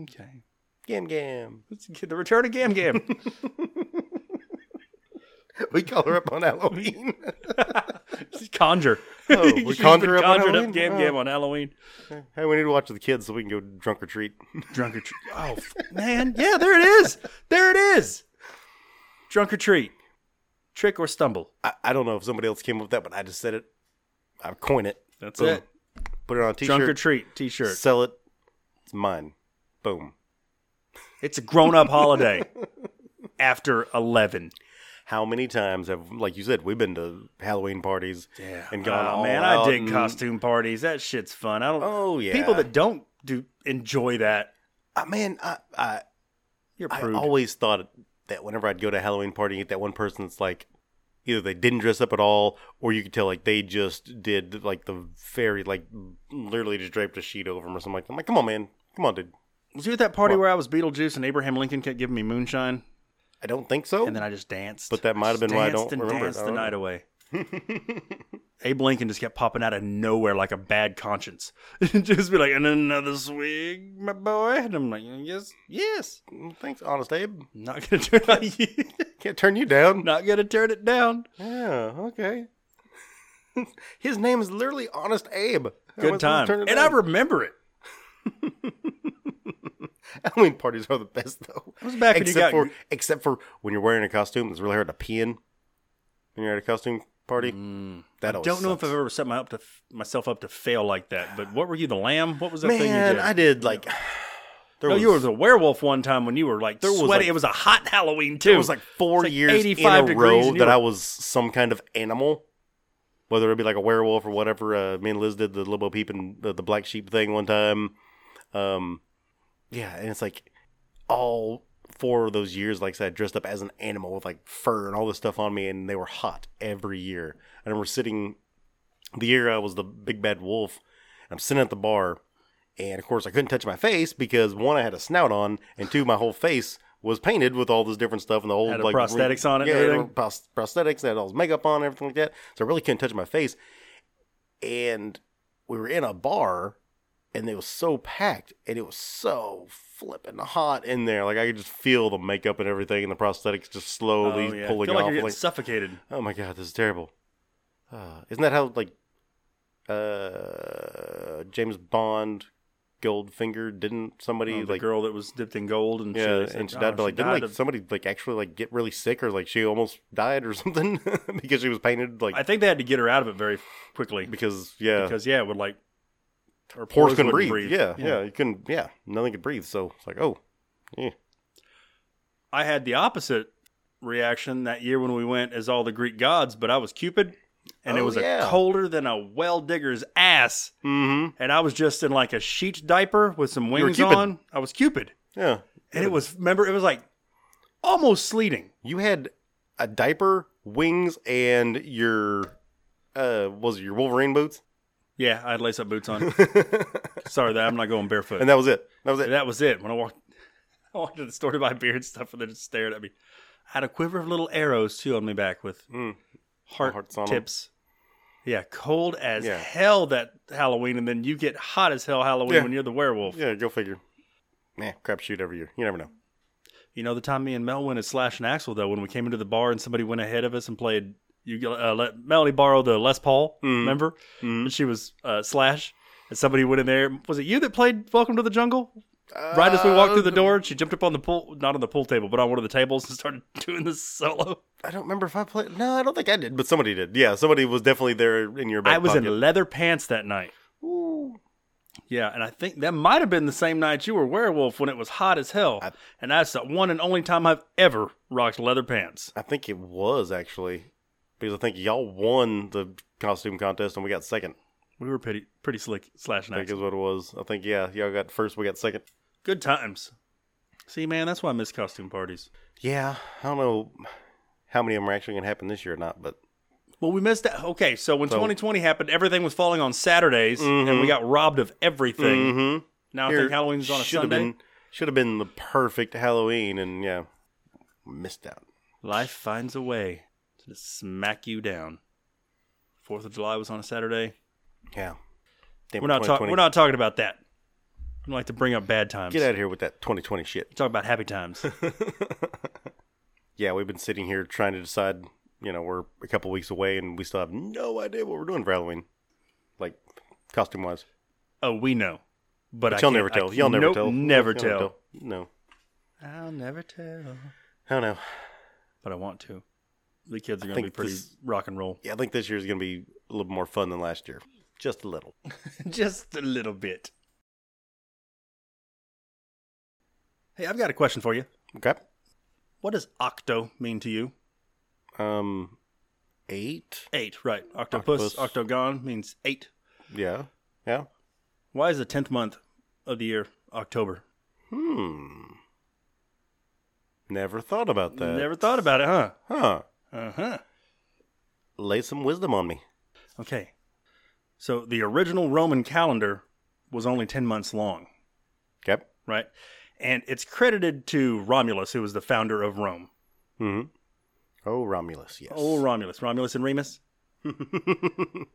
[SPEAKER 1] Okay,
[SPEAKER 2] Gam gam. *laughs*
[SPEAKER 1] let's get the return of Gam Gam. *laughs*
[SPEAKER 2] We call her up on Halloween. *laughs*
[SPEAKER 1] Conjure.
[SPEAKER 2] Oh, we
[SPEAKER 1] *laughs* She's been
[SPEAKER 2] conjure up on
[SPEAKER 1] conjured
[SPEAKER 2] Halloween?
[SPEAKER 1] Gam
[SPEAKER 2] Oh.
[SPEAKER 1] Gam on Halloween.
[SPEAKER 2] hey, we need to watch the kids so we can go drunk or treat.
[SPEAKER 1] Drunk or treat. Oh f- man, yeah, there it is. There it is. Drunk or treat, trick or stumble.
[SPEAKER 2] I, I don't know if somebody else came up with that, but I just said it. I coin it.
[SPEAKER 1] That's
[SPEAKER 2] Boom.
[SPEAKER 1] it.
[SPEAKER 2] Put it on a t-shirt.
[SPEAKER 1] Drunk or treat T-shirt.
[SPEAKER 2] Sell it. It's mine. Boom.
[SPEAKER 1] It's a grown-up holiday. After eleven.
[SPEAKER 2] How many times have, like you said, we've been to Halloween parties
[SPEAKER 1] Yeah.
[SPEAKER 2] and gone?
[SPEAKER 1] oh
[SPEAKER 2] all
[SPEAKER 1] man, I
[SPEAKER 2] out
[SPEAKER 1] dig
[SPEAKER 2] and-
[SPEAKER 1] costume parties. That shit's fun. I don't.
[SPEAKER 2] mm. Oh yeah.
[SPEAKER 1] People that don't do enjoy that.
[SPEAKER 2] uh, man, I, I
[SPEAKER 1] You're
[SPEAKER 2] I
[SPEAKER 1] prude.
[SPEAKER 2] always thought that whenever I'd go to a Halloween party, you get that one person that's like, either they didn't dress up at all, or you could tell like they just did like the very like literally just draped a sheet over them or something like. That. I'm like, come on, man, come on, dude.
[SPEAKER 1] was you at that party
[SPEAKER 2] What?
[SPEAKER 1] where I was Beetlejuice and Abraham Lincoln kept giving me moonshine,
[SPEAKER 2] I don't think so.
[SPEAKER 1] and then I just danced.
[SPEAKER 2] But that might have
[SPEAKER 1] Just
[SPEAKER 2] been why I
[SPEAKER 1] danced
[SPEAKER 2] don't
[SPEAKER 1] and
[SPEAKER 2] remember it.
[SPEAKER 1] Danced
[SPEAKER 2] I
[SPEAKER 1] the
[SPEAKER 2] don't know.
[SPEAKER 1] night
[SPEAKER 2] *laughs*
[SPEAKER 1] away. Abe Lincoln just kept popping out of nowhere like a bad conscience. *laughs* just be like, and another swig, my boy. And I'm like, yes, yes.
[SPEAKER 2] "Mm, Thanks, honest Abe.
[SPEAKER 1] Not gonna turn
[SPEAKER 2] Can't turn you
[SPEAKER 1] *laughs*
[SPEAKER 2] down.
[SPEAKER 1] not gonna turn it down.
[SPEAKER 2] Yeah, okay. *laughs* His name is literally Honest Abe. How am I
[SPEAKER 1] Good
[SPEAKER 2] supposed to
[SPEAKER 1] time.
[SPEAKER 2] turn it
[SPEAKER 1] And I
[SPEAKER 2] down? *laughs*
[SPEAKER 1] remember it.
[SPEAKER 2] Halloween parties are the best though.
[SPEAKER 1] It was back when you got-
[SPEAKER 2] except for except for when you're wearing a costume, it's really hard to pee in. When you're at a costume party, that
[SPEAKER 1] Mm. I
[SPEAKER 2] always
[SPEAKER 1] don't know if
[SPEAKER 2] sucks.
[SPEAKER 1] I've ever set my up to f- myself up to fail like that. But what were you, the lamb? What was that thing you
[SPEAKER 2] Man,
[SPEAKER 1] did?
[SPEAKER 2] I did like. *sighs* There
[SPEAKER 1] no,
[SPEAKER 2] was,
[SPEAKER 1] you were the werewolf one time when you were like
[SPEAKER 2] There was,
[SPEAKER 1] sweaty.
[SPEAKER 2] like-
[SPEAKER 1] it was a hot Halloween too.
[SPEAKER 2] It was like four
[SPEAKER 1] It's like
[SPEAKER 2] years
[SPEAKER 1] 85
[SPEAKER 2] in a
[SPEAKER 1] degrees
[SPEAKER 2] row
[SPEAKER 1] and you
[SPEAKER 2] that
[SPEAKER 1] were-
[SPEAKER 2] I was some kind of animal, whether it be like a werewolf or whatever. Uh, me and Liz did the Lobo Peep and the, the Black Sheep thing one time. Um, yeah, and it's like all four of those years, like I said, dressed up as an animal with like fur and all this stuff on me, and they were hot every year. I remember sitting the year I was the big bad wolf. I'm sitting at the bar, and of course I couldn't touch my face because one, I had a snout on, and two, my whole face was painted with all this different stuff and the whole
[SPEAKER 1] Had a
[SPEAKER 2] like
[SPEAKER 1] prosthetics on it and
[SPEAKER 2] Yeah,
[SPEAKER 1] everything?
[SPEAKER 2] pros- prosthetics, I had all this makeup on, and everything like that. So I really couldn't touch my face. And we were in a bar, and it was so packed, and it was so flipping hot in there. Like I could just feel the makeup and everything, and the prosthetics just
[SPEAKER 1] Oh,
[SPEAKER 2] slowly
[SPEAKER 1] yeah.
[SPEAKER 2] pulling
[SPEAKER 1] Feel like
[SPEAKER 2] off.
[SPEAKER 1] you're getting
[SPEAKER 2] like-
[SPEAKER 1] suffocated.
[SPEAKER 2] Oh my god, this is terrible. Uh, isn't that how like uh James Bond Goldfinger didn't somebody
[SPEAKER 1] Oh, the
[SPEAKER 2] like
[SPEAKER 1] girl that was dipped in gold and
[SPEAKER 2] yeah,
[SPEAKER 1] shit. They said,
[SPEAKER 2] and she
[SPEAKER 1] "Oh,
[SPEAKER 2] died, but like, didn't
[SPEAKER 1] died
[SPEAKER 2] like
[SPEAKER 1] of-
[SPEAKER 2] somebody like actually like get really sick or like she almost died or *laughs* something because she was painted like
[SPEAKER 1] I think they had to get her out of it very quickly
[SPEAKER 2] *laughs* because yeah,
[SPEAKER 1] because yeah, it would like her
[SPEAKER 2] pores
[SPEAKER 1] pores
[SPEAKER 2] couldn't
[SPEAKER 1] wouldn't
[SPEAKER 2] breathe. Yeah, yeah, you couldn't. Yeah, nothing could breathe. So it's like, oh,
[SPEAKER 1] I had the opposite reaction that year when we went as all the Greek gods, but I was Cupid, and it
[SPEAKER 2] Oh,
[SPEAKER 1] was
[SPEAKER 2] yeah.
[SPEAKER 1] a colder than a well digger's ass,
[SPEAKER 2] mm-hmm,
[SPEAKER 1] and I was just in like a sheet diaper with some
[SPEAKER 2] were
[SPEAKER 1] wings
[SPEAKER 2] Cupid.
[SPEAKER 1] on. I was Cupid,
[SPEAKER 2] yeah.
[SPEAKER 1] and it was remember it was like almost sleeting.
[SPEAKER 2] You had a diaper, wings and your uh what was it your Wolverine boots? *laughs*
[SPEAKER 1] Yeah, I'd lace up boots on.
[SPEAKER 2] and
[SPEAKER 1] Sorry that I'm not going barefoot.
[SPEAKER 2] that was it. That was it.
[SPEAKER 1] that was it. When I walked, *laughs* I walked to the store to buy beer and stuff, and they just stared at me. I had a quiver of little arrows too on my back with
[SPEAKER 2] Mm.
[SPEAKER 1] heart
[SPEAKER 2] Hearts on 'em.
[SPEAKER 1] tips. Yeah, cold as
[SPEAKER 2] Yeah.
[SPEAKER 1] hell that Halloween, and then you get hot as hell Halloween
[SPEAKER 2] Yeah.
[SPEAKER 1] when you're the werewolf.
[SPEAKER 2] Yeah, go figure. Man, crap shoot every year. You never know.
[SPEAKER 1] You know the time me and Mel went to Slash and Axel though, when we came into the bar and somebody went ahead of us and played. You uh, let Melody borrow the Les Paul,
[SPEAKER 2] Mm.
[SPEAKER 1] remember?
[SPEAKER 2] Mm.
[SPEAKER 1] And she was uh, Slash, and somebody went in there. Was it you that played Welcome to the Jungle?
[SPEAKER 2] Mm.
[SPEAKER 1] Right as we walked
[SPEAKER 2] Uh, Um,
[SPEAKER 1] through the door, she jumped up on the pool, not on the pool table, but on one of the tables and started *laughs* doing the solo.
[SPEAKER 2] I don't remember if I played. No, I don't think I did, but somebody did. Yeah, somebody was definitely there in your back
[SPEAKER 1] I was
[SPEAKER 2] pocket.
[SPEAKER 1] in leather pants that night.
[SPEAKER 2] Ooh.
[SPEAKER 1] Yeah, and I think that might have been the same night you were werewolf when it was hot as hell.
[SPEAKER 2] I-
[SPEAKER 1] and that's the one and only time I've ever rocked leather pants.
[SPEAKER 2] I think it was actually because I think y'all won the costume contest and we got second.
[SPEAKER 1] We were pretty pretty slick slash
[SPEAKER 2] I think
[SPEAKER 1] nice.
[SPEAKER 2] is what it was. I think yeah, y'all got first, we got second.
[SPEAKER 1] Good times. See, man, that's why I miss costume parties.
[SPEAKER 2] Yeah, I don't know how many of them are actually going to happen this year or not, but
[SPEAKER 1] Well, we missed that. Okay, so Mm-hmm. when
[SPEAKER 2] So-
[SPEAKER 1] 2020 happened, everything was falling on Saturdays, and
[SPEAKER 2] Mhm.
[SPEAKER 1] we got robbed of everything.
[SPEAKER 2] Mhm.
[SPEAKER 1] Now I
[SPEAKER 2] Here
[SPEAKER 1] think Halloween's on a
[SPEAKER 2] should've
[SPEAKER 1] Sunday.
[SPEAKER 2] Been, should have been the perfect Halloween, and yeah, missed out.
[SPEAKER 1] Life finds a way to just smack you down. Fourth of July was on a Saturday.
[SPEAKER 2] Yeah, Damn
[SPEAKER 1] We're
[SPEAKER 2] it,
[SPEAKER 1] not talking.
[SPEAKER 2] 2020.
[SPEAKER 1] We're not talking about that. I like to bring up bad times.
[SPEAKER 2] Get out of here with that 2020 shit.
[SPEAKER 1] Talk about happy
[SPEAKER 2] *laughs*
[SPEAKER 1] times.
[SPEAKER 2] yeah, we've been sitting here trying to decide. You know, we're a couple weeks away, and we still have no idea what we're doing for Halloween, like costume wise.
[SPEAKER 1] oh, we know, but, I
[SPEAKER 2] But you'll
[SPEAKER 1] can't-
[SPEAKER 2] never
[SPEAKER 1] I-
[SPEAKER 2] tell. You'll never
[SPEAKER 1] nope,
[SPEAKER 2] tell.
[SPEAKER 1] Never
[SPEAKER 2] You'll
[SPEAKER 1] tell.
[SPEAKER 2] No,
[SPEAKER 1] I'll never tell.
[SPEAKER 2] I don't know.
[SPEAKER 1] But I want to. The kids are
[SPEAKER 2] I
[SPEAKER 1] going to be
[SPEAKER 2] think
[SPEAKER 1] pretty
[SPEAKER 2] this-
[SPEAKER 1] rock and roll.
[SPEAKER 2] Yeah, I think this year's going to be a little more fun than last year. Just a little.
[SPEAKER 1] *laughs* Just a little bit. Hey, I've got a question for you.
[SPEAKER 2] Okay.
[SPEAKER 1] What does octo mean to you?
[SPEAKER 2] Um, eight.
[SPEAKER 1] Eight, right? Octopus,
[SPEAKER 2] Octopus.
[SPEAKER 1] octagon means eight.
[SPEAKER 2] Yeah. Yeah.
[SPEAKER 1] Why is the tenth month of the year October?
[SPEAKER 2] Hmm. Never thought about that.
[SPEAKER 1] Never thought about it, huh?
[SPEAKER 2] Huh.
[SPEAKER 1] Uh huh.
[SPEAKER 2] Lay some wisdom on me.
[SPEAKER 1] Okay. So the original Roman calendar was only ten months long,
[SPEAKER 2] Okay.
[SPEAKER 1] right? And it's credited to Romulus, who was the founder of Rome.
[SPEAKER 2] Hmm. Oh, Romulus. Yes.
[SPEAKER 1] Oh, Romulus, Romulus and Remus *laughs*
[SPEAKER 2] Rom-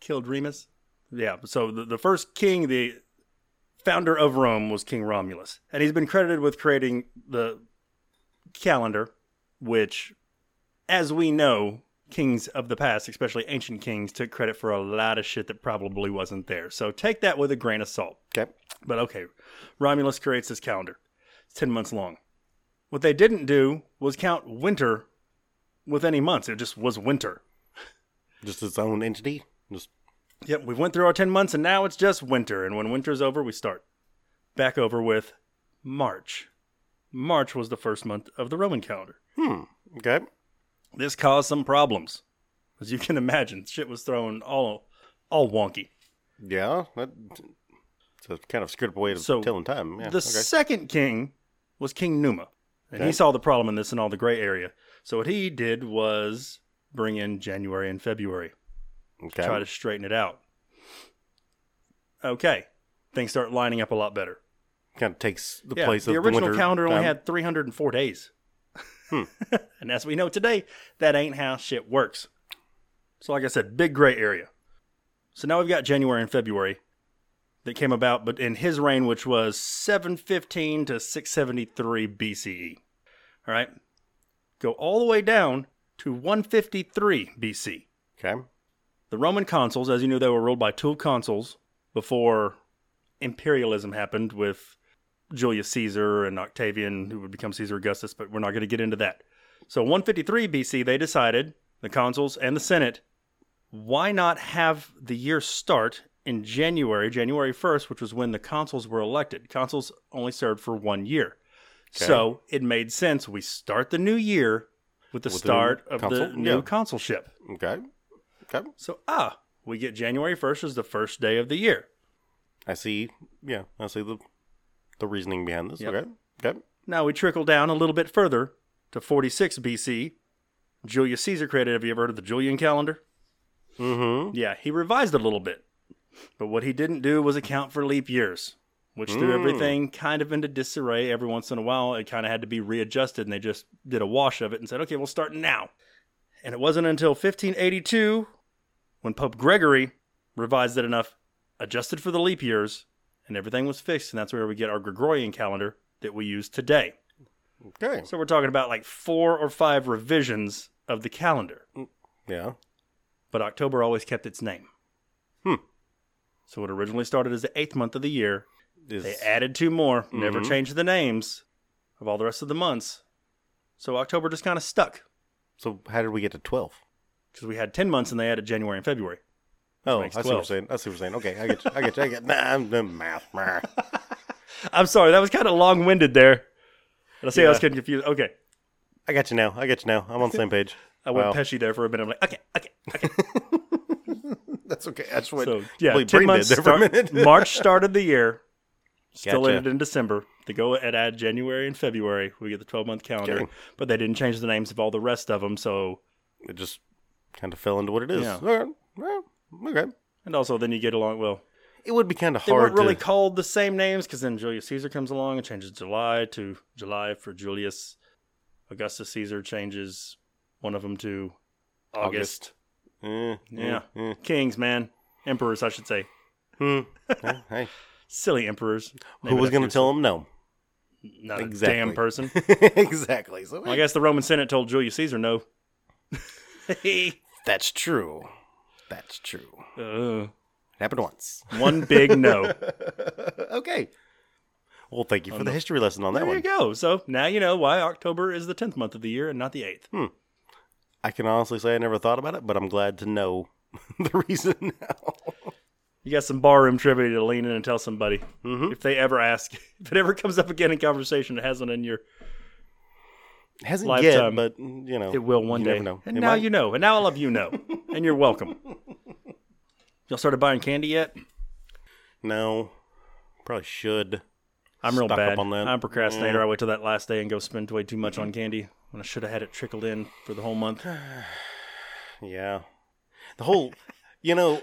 [SPEAKER 1] killed Remus. Yeah. So the, the first king, the founder of Rome, was King Romulus, and he's been credited with creating the calendar, which, as we know, kings of the past, especially ancient kings, took credit for a lot of shit that probably wasn't there. So take that with a grain of salt.
[SPEAKER 2] okay.
[SPEAKER 1] But okay, Romulus creates this calendar. It's 10 months long. What they didn't do was count winter with any months. It just was winter.
[SPEAKER 2] Just its own entity. Just
[SPEAKER 1] Yep, we went through our 10 months and now it's just winter. And when winter's over, we start back over with March. March was the first month of the Roman calendar.
[SPEAKER 2] hmm. Okay.
[SPEAKER 1] This caused some problems. As you can imagine, shit was thrown all all wonky.
[SPEAKER 2] Yeah. That. It's a kind of script way of
[SPEAKER 1] So,
[SPEAKER 2] telling time. Yeah.
[SPEAKER 1] the
[SPEAKER 2] okay.
[SPEAKER 1] second king was King Numa, and he
[SPEAKER 2] Okay.
[SPEAKER 1] saw the problem in this and all the gray area. So what he did was bring in January and February,
[SPEAKER 2] Okay.
[SPEAKER 1] try to straighten it out. Okay, things start lining up a lot better.
[SPEAKER 2] kind of takes the
[SPEAKER 1] Yeah,
[SPEAKER 2] place
[SPEAKER 1] the
[SPEAKER 2] of
[SPEAKER 1] original
[SPEAKER 2] winter
[SPEAKER 1] calendar only
[SPEAKER 2] time.
[SPEAKER 1] had 304 days,
[SPEAKER 2] Hmm.
[SPEAKER 1] *laughs* and as we know today, that ain't how shit works. So, like I said, big gray area. So now we've got January and February that came about, but in his reign, which was 715 to 673 BCE. E. All right. Go all the way down to 153 BC.
[SPEAKER 2] Okay.
[SPEAKER 1] The Roman consuls, as you knew, they were ruled by two consuls before imperialism happened with Julius Caesar and Octavian, who would become Caesar Augustus, but we're not going to get into that. So, 153 BC, they decided, the consuls and the Senate, why not have the year start in January, January 1st, which was when the consuls were elected? Consuls only served for one year.
[SPEAKER 2] Okay.
[SPEAKER 1] So, it made sense. We start the new year with the
[SPEAKER 2] With the new
[SPEAKER 1] start of the
[SPEAKER 2] consul?
[SPEAKER 1] new
[SPEAKER 2] Yeah.
[SPEAKER 1] consulship.
[SPEAKER 2] Okay. Okay.
[SPEAKER 1] So, ah, we get January 1st as the first day of the year.
[SPEAKER 2] I see. Yeah, I see the the reasoning behind this.
[SPEAKER 1] Yep.
[SPEAKER 2] Okay. Okay.
[SPEAKER 1] Now we trickle down a little bit further to 46 BC, Julius Caesar created. Have you ever heard of the Julian calendar?
[SPEAKER 2] Mm-hmm.
[SPEAKER 1] Yeah, he revised it a little bit. But what he didn't do was account for leap years, which threw
[SPEAKER 2] Mm.
[SPEAKER 1] everything kind of into disarray. Every once in a while, it kind of had to be readjusted, and they just did a wash of it and said, okay, we'll start now. And it wasn't until 1582 when Pope Gregory revised it enough, adjusted for the leap years, and everything was fixed. And that's where we get our Gregorian calendar that we use today.
[SPEAKER 2] Okay.
[SPEAKER 1] So we're talking about like four or five revisions of the calendar
[SPEAKER 2] Yeah.
[SPEAKER 1] but October always kept its name.
[SPEAKER 2] Hmm.
[SPEAKER 1] So it originally started as the eighth month of the year.
[SPEAKER 2] Is-
[SPEAKER 1] They added two more, never
[SPEAKER 2] Mhm.
[SPEAKER 1] changed the names of all the rest of the months. So October just kind of stuck
[SPEAKER 2] so how did we get to twelve?
[SPEAKER 1] because we had 10 months and they added January and February.
[SPEAKER 2] Oh, I
[SPEAKER 1] makes
[SPEAKER 2] see what you're
[SPEAKER 1] 12.
[SPEAKER 2] saying. I see what you're saying. Okay, I get you. I get you. I get. *laughs* Nah, I'm doing math. Nah.
[SPEAKER 1] I'm sorry, that was kind of long winded there. And I see I was
[SPEAKER 2] Yeah.
[SPEAKER 1] getting confused. Okay.
[SPEAKER 2] I got you now. I got you now. I'm on the same page.
[SPEAKER 1] I went
[SPEAKER 2] Wow.
[SPEAKER 1] pesky there for a minute. I'm like, okay, okay, okay.
[SPEAKER 2] *laughs* That's okay. That's what.
[SPEAKER 1] So, yeah,
[SPEAKER 2] Complete
[SPEAKER 1] 10
[SPEAKER 2] brain
[SPEAKER 1] months.
[SPEAKER 2] dead there for a
[SPEAKER 1] start- *laughs*
[SPEAKER 2] minute.
[SPEAKER 1] March started the year, still
[SPEAKER 2] Gotcha.
[SPEAKER 1] ended in December. They go and add January and February. We get the 12 month calendar,
[SPEAKER 2] Okay.
[SPEAKER 1] but they didn't change the names of all the rest of them. So,
[SPEAKER 2] It just kind of fell into what it is.
[SPEAKER 1] Yeah.
[SPEAKER 2] All right. Well, okay.
[SPEAKER 1] and also then you get along, well,
[SPEAKER 2] It would be kind of
[SPEAKER 1] they
[SPEAKER 2] hard.
[SPEAKER 1] weren't really
[SPEAKER 2] to,
[SPEAKER 1] called the same names because then Julius Caesar comes along and changes July to July for Julius. Augustus Caesar changes one of them to August.
[SPEAKER 2] Eh,
[SPEAKER 1] Yeah.
[SPEAKER 2] eh, eh.
[SPEAKER 1] Kings, man. Emperors, I should say.
[SPEAKER 2] Hmm. Eh,
[SPEAKER 1] *laughs*
[SPEAKER 2] hey,
[SPEAKER 1] Silly emperors.
[SPEAKER 2] who was going to
[SPEAKER 1] to
[SPEAKER 2] tell
[SPEAKER 1] *laughs*
[SPEAKER 2] him no?
[SPEAKER 1] Not
[SPEAKER 2] Exactly.
[SPEAKER 1] a damn person.
[SPEAKER 2] exactly. So
[SPEAKER 1] Well, I guess the Roman Senate told Julius Caesar
[SPEAKER 2] *laughs*
[SPEAKER 1] no.
[SPEAKER 2] that's true. That's true.
[SPEAKER 1] Uh,
[SPEAKER 2] It
[SPEAKER 1] *laughs*
[SPEAKER 2] happened once.
[SPEAKER 1] one big
[SPEAKER 2] *laughs*
[SPEAKER 1] no.
[SPEAKER 2] okay. Well, thank
[SPEAKER 1] Um,
[SPEAKER 2] you for the history lesson on that
[SPEAKER 1] there
[SPEAKER 2] one.
[SPEAKER 1] you go. So now you know why October is the 10th month of the year and not the 8th.
[SPEAKER 2] I can honestly say I never thought about it, but I'm glad to know *laughs* the reason now.
[SPEAKER 1] You got some barroom trivia to lean in and tell somebody
[SPEAKER 2] Mhm.
[SPEAKER 1] if they ever ask. *laughs* If it ever comes up again in conversation, it hasn't in your.
[SPEAKER 2] Hasn't
[SPEAKER 1] Lifetime.
[SPEAKER 2] yet, but mm, you know,
[SPEAKER 1] It will one
[SPEAKER 2] you
[SPEAKER 1] day.
[SPEAKER 2] Never know.
[SPEAKER 1] And
[SPEAKER 2] It
[SPEAKER 1] now
[SPEAKER 2] might.
[SPEAKER 1] you know. And now all of you
[SPEAKER 2] *laughs*
[SPEAKER 1] know. and you're welcome. Y'all started buying candy yet?
[SPEAKER 2] no, probably should.
[SPEAKER 1] I'm real
[SPEAKER 2] Stock up
[SPEAKER 1] bad.
[SPEAKER 2] on that. Mm.
[SPEAKER 1] I'm a procrastinator.
[SPEAKER 2] Yeah.
[SPEAKER 1] I wait till that last day and go spend way too much on candy when I should have had it trickled in for the whole month.
[SPEAKER 2] Yeah, the whole, you know,